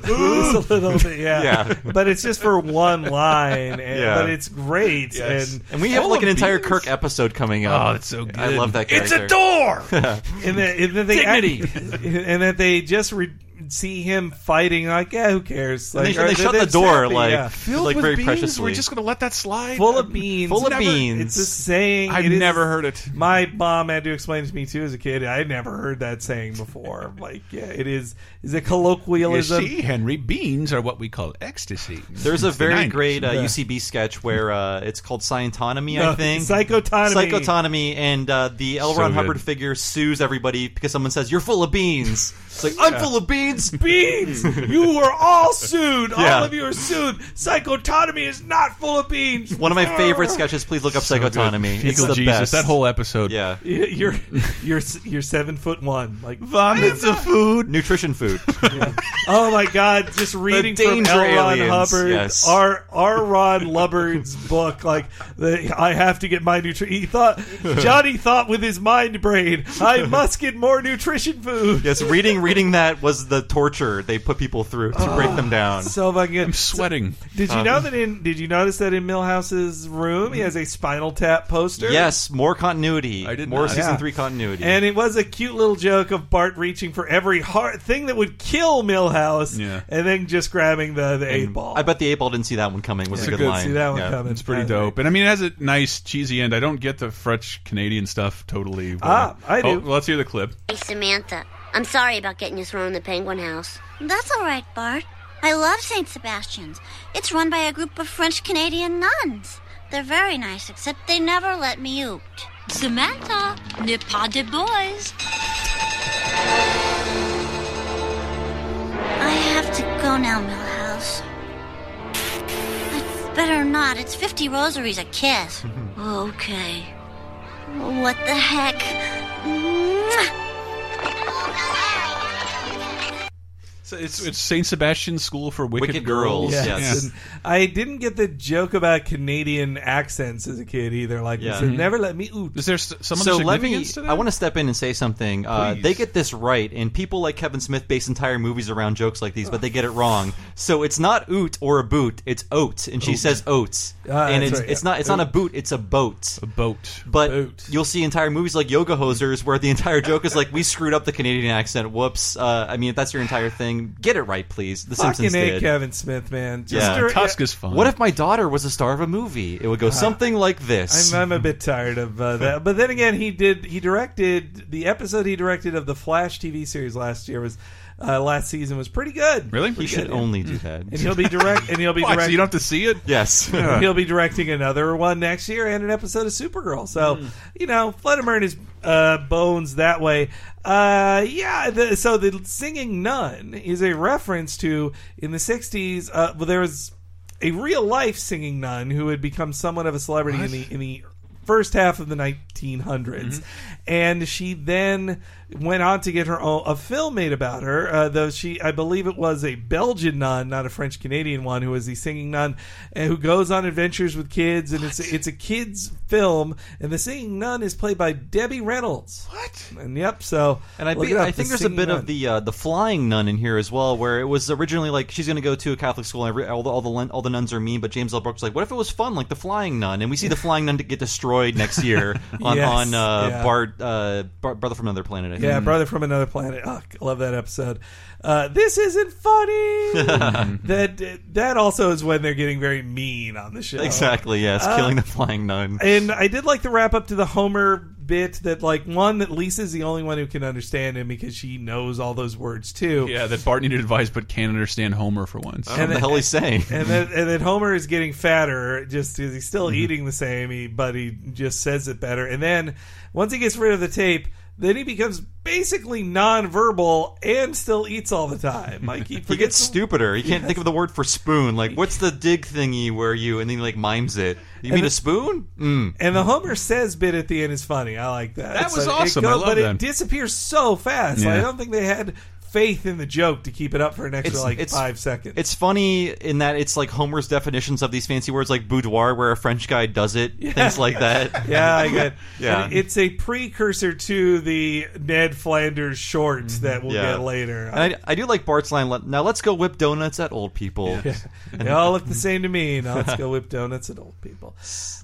C: It's a little bit, yeah.
B: Yeah.
C: But it's just for one line, and,
B: Yeah.
C: but it's great.
B: Yes.
C: And,
B: And we have like an entire Kirk episode coming up.
C: Oh, it's
A: so good.
B: I love that
C: It's
B: character.
C: a door!
B: Yeah.
C: and that, and that they act- and that they just re- see him fighting. Like, yeah, who cares?
B: And
C: Like,
B: they-
C: or
B: they shut the
C: that's
B: door,
C: happy,
B: like-
C: yeah.
B: Filled like, with very beans? preciously. We're just
A: gonna let that slide.
C: Full of beans.
B: Full of
C: Never-
B: beans.
C: It's a saying.
A: I've
C: It is-
A: never heard it.
C: My mom had to explain it to me too as a kid. I had never heard that saying before. like, yeah, it is. Is a
A: You
C: colloquialism.
A: see, Henry, beans are what we call ecstasy.
B: There's a
A: It's the
B: very
A: 90s.
B: great uh,
A: Yeah.
B: UCB sketch where uh, it's called Scientonomy,
A: No,
B: I think.
C: Psychotonomy.
B: Psychotonomy, and uh, the L.
A: So
B: Ron
A: good.
B: Hubbard figure sues everybody because someone says, You're full of beans. It's like, I'm
C: Yeah.
B: full of beans.
C: beans. You were all sued.
B: Yeah.
C: All of you are sued. Psychotonomy is not full of beans.
B: One of my favorite sketches. Please look up Psychotonomy.
A: Fecal
B: it's the
A: Jesus,
B: best.
A: that whole episode.
B: Yeah.
C: Y- You're you're s- you're seven foot one. Like
A: vomit's a food.
B: Nutrition food.
C: Oh my God! Just reading from
B: danger
C: L. Ron
B: aliens,
C: Hubbard,
B: yes.
C: R. R. Ron Lubbard's book. Like, the, I have to get my nutrition. He thought Johnny thought with his mind brain, I must get more nutrition food.
B: Yes, reading reading that was the torture they put people through to break them
A: Oh,
B: down.
C: So fucking good. I'm
A: sweating.
C: Did you know that in? Did you notice that in Millhouse's room, he has a Spinal Tap poster?
B: Yes, more continuity. I did more
C: not.
B: season
C: Yeah.
B: three continuity.
C: And it was a cute little joke of Bart reaching for every hard thing that would kill Millhouse,
B: Yeah.
C: and then just grabbing the, the eight ball.
B: I bet the eight ball didn't see that one coming. Was
C: Yeah.
B: a
C: I
B: good
C: could
B: line.
C: see that one
B: Yeah.
C: coming.
A: It's pretty dope. And I mean, it has a nice cheesy end. I don't get the French Canadian stuff totally. but-
D: Ah, I do.
A: Oh, well, let's hear the clip.
D: Hey, Samantha, I'm sorry about getting you thrown in the Penguin House.
F: That's all right, Bart. I love St. Sebastian's. It's run by a group of French Canadian nuns. They're very nice, except they never let me out.
P: Samantha, ne pas de boys.
F: I have to go now, Millhouse. I'd better not. It's 50 rosaries a kiss. okay. What the heck? Mwah!
A: So it's it's Saint Sebastian's School for Wicked, Girls.
C: And I didn't get the joke about Canadian accents as a kid either. Like,
B: Yeah.
C: they said,
B: Mhm.
C: never let me. Ooh.
A: Is there some
B: so let me. I want to step in and say something. Uh,
C: Please.
B: they get this right, and people like Kevin Smith base entire movies around jokes like these, but they get it wrong. So it's not oot or a boot; it's oat, and she
C: Oat.
B: says oats,
C: Ah,
B: and
C: that's
B: it's
C: right,
B: it's
C: yeah.
B: not it's not a boot; it's a boat. A
A: boat. Uh,
B: But you'll see entire movies like Yoga Hosers where the entire joke is like, "We screwed up the Canadian accent. Whoops." Uh, I mean, if that's your entire thing, get it right, please. The
C: Fucking
B: Simpsons
C: A,
B: did.
C: Kevin Smith, man. Just
B: yeah,
C: direct-
B: What if my daughter was a star of a movie? It would go
C: Ah.
B: something like this.
C: I'm, I'm a bit tired of uh, that. But then again, he did. He directed the episode he directed of the Flash TV series last year was. Uh, last season was pretty good.
A: Really?
C: Pretty
B: He should
C: good, yeah.
B: only do that.
C: Mm. And he'll be direct. And he'll be
A: Why, so
C: direct.
A: you don't have to see it.
B: Yes.
C: He'll be directing another one next year and an episode of Supergirl. So you know, let him earn his uh, bones that way. Uh, yeah. The, so the singing nun is a reference to in the '60s. Uh, well, there was a real life singing nun who had become somewhat of a celebrity in the in the first half of the 1900s
B: Mm-hmm.
C: and she then went on to get her own a film made about her uh, though she i believe it was a belgian nun not a french canadian one who was the singing nun and who goes on adventures with kids and it's a, it's a kids film and the singing nun is played by debbie reynolds what and yep so
B: And I,
C: look
B: be,
C: it up, The
B: I think there's a
C: Singing
B: bit
C: Nun.
B: of the uh, the flying nun in here as well, where it was originally like she's going to go to a Catholic school, and every, all the all the, lun- all the nuns are mean. But James L. Brooks was like, what if it was fun, like the flying nun? And we see the flying nun get destroyed next year on
C: Yes,
B: on uh,
C: yeah.
B: Bart, uh, Bar- brother from another planet. I think.
C: yeah brother from another planet oh, I love that episode uh, this isn't funny that that also is when they're getting very mean on the show
B: Exactly. Yes,
C: Uh,
B: killing the flying nun.
C: And I did like the wrap up to the Homer bit that like one that Lisa's the only one who can understand him because she knows all those words too.
A: Yeah, that Bart needed advice but can't understand Homer for once.
C: then- And that, and that Homer is getting fatter just because he's still eating the same, he, but he just says it better. And then once he gets rid of the tape, Then he becomes basically nonverbal and still eats all the time. Like he
B: He gets
C: forgets.
B: stupider. He can't think of the word for spoon. Like, what's the dig thingy where you and then he like mimes it? You
C: And
B: mean
C: the-
B: a spoon? Mm.
C: and the Homer says bit at the end is funny. I like that.
B: That was
C: it
B: awesome. I love
C: but
B: that.
C: it disappears so fast. Like, I
B: Yeah.
C: don't think they had faith in the joke to keep it up for an extra like five seconds.
B: It's funny in that it's like Homer's definitions of these fancy words, like boudoir, where a French guy does it, things like that.
C: yeah, I get.
B: Yeah.
C: And it's a precursor to the Ned Flanders shorts that we'll
B: Mm-hmm. Yeah.
C: get later.
B: And I, I do like Bart's line. "Let- Now let's go whip donuts at old people.
C: they all look the same to me. Now let's go whip donuts at old people.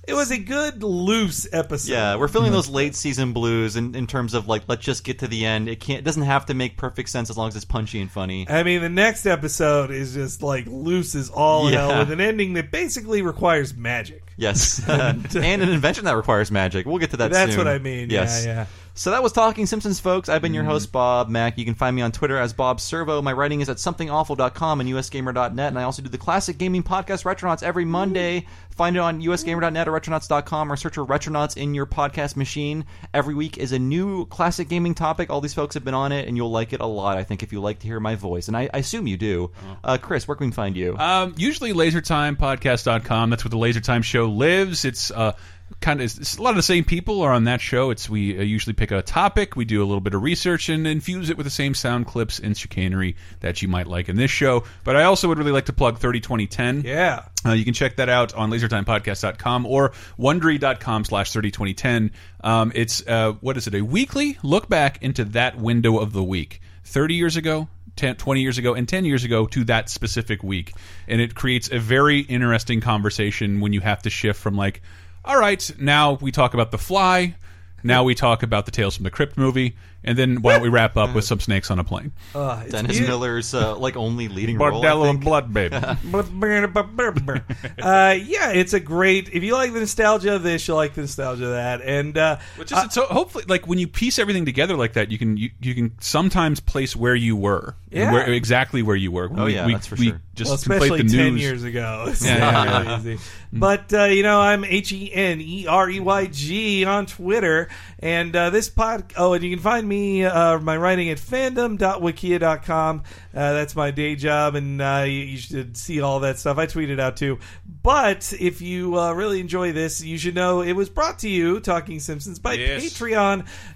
C: It was a good loose episode.
B: Yeah, we're feeling those late season blues in, in terms of like let's just get to the end. It can't it doesn't have to make perfect sense as long as it's punchy and funny.
C: I mean, the next episode is just like loose as all hell
B: Yeah.
C: with an ending that basically requires magic.
B: Yes, and an invention that requires magic. We'll get to that.
C: That's
B: soon.
C: what I mean.
B: Yes.
C: Yeah, Mm-hmm. yeah.
B: So that was Talking Simpsons, folks. I've been your host, Bob Mack. You can find me on Twitter as Bob Servo. My writing is at somethingawful.com and usgamer.net. And I also do the classic gaming podcast, Retronauts, every Monday. Find it on usgamer.net or retronauts.com or search for Retronauts in your podcast machine. Every week is a new classic gaming topic. All these folks have been on it, and you'll like it a lot, I think, if you like to hear my voice. And I, I assume you do.
C: Uh-huh.
B: Uh, Chris, where can we find you?
C: Uh,
A: Um, usually lasertimepodcast.com. That's where the Lasertime show lives. It's uh, kind of it's, a lot of the same people are on that show. It's we uh, usually pick a topic, we do a little bit of research, and infuse it with the same sound clips and chicanery that you might like in this show. But I also would really like to plug 302010.
C: Yeah.
A: Uh, you can check that out on lasertimepodcast.com or wondery.com slash 302010. Um, it's, uh, what is it, a weekly look back into that window of the week. 30 years ago, 10, 20 years ago, and 10 years ago to that specific week. And it creates a very interesting conversation when you have to shift from like, all right, now we talk about The Fly. Now we talk about the Tales from the Crypt movie. And then why don't we wrap up with some snakes on a plane?
C: Uh, it's
B: Dennis
C: beautiful.
B: Miller's uh, like only leading role. I
A: Bordello
B: think.
A: and Blood, baby.
C: uh, yeah, it's a great. If you like the nostalgia of this, you'll like the nostalgia of that. And uh,
A: But just so hopefully, like when you piece everything together like that, you can you, you can sometimes place where you were,
C: Yeah.
A: where, exactly where you were.
C: Oh,
A: we,
C: yeah,
A: we,
C: that's for
A: we
C: sure.
A: Just
C: Well,
A: conflate
C: especially
A: the
C: 10
A: news.
C: years ago. It's
A: Yeah,
C: not
A: yeah. Mm.
C: really easy. But uh, you know, I'm H E N E R E Y G on Twitter, and uh, this pod. Oh, and you can find me uh, my writing at fandom.wikia.com. Uh, that's my day job, and uh, you, you should see all that stuff. I tweet it out too. But if you uh, really enjoy this, you should know it was brought to you, Talking Simpsons, by
A: Yes.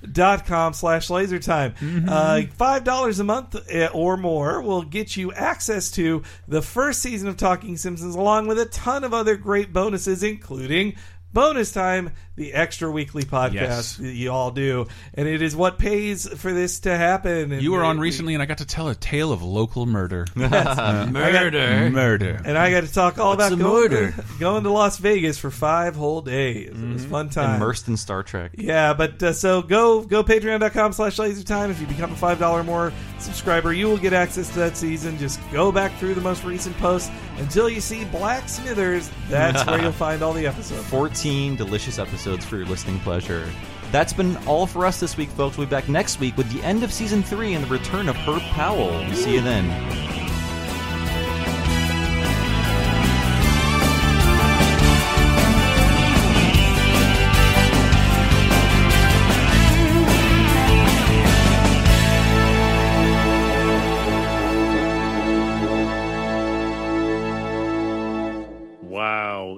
C: patreon.com slash lasertime.
A: Mm-hmm.
C: Uh, $5 a month eh, or more will get you access to the first season of Talking Simpsons, along with a ton of other great bonuses, including. Bonus time, the extra weekly podcast
A: Yes.
C: that you all do. And it is what pays for this to happen. And
A: You were
C: it-
A: on recently, and I got to tell a tale of local murder.
C: Yes.
A: murder, murder.
C: And I got to talk all
A: What's
C: about
A: a
C: going,
A: murder?
C: going to Las Vegas for five whole days. It
A: Mm-hmm.
C: was a fun time.
B: Immersed in Star Trek.
C: Yeah, but uh, so go go patreon.com slash lasertime. If you become a five dollar more subscriber, you will get access to that season. Just go back through the most recent posts until you see Black Smithers. That's where you'll find all the episodes.
B: 14 delicious episodes for your listening pleasure. That's been all for us this week, folks. We'll be back next week with the end of season three and the return of Herb Powell. We'll see you then.
J: Wow,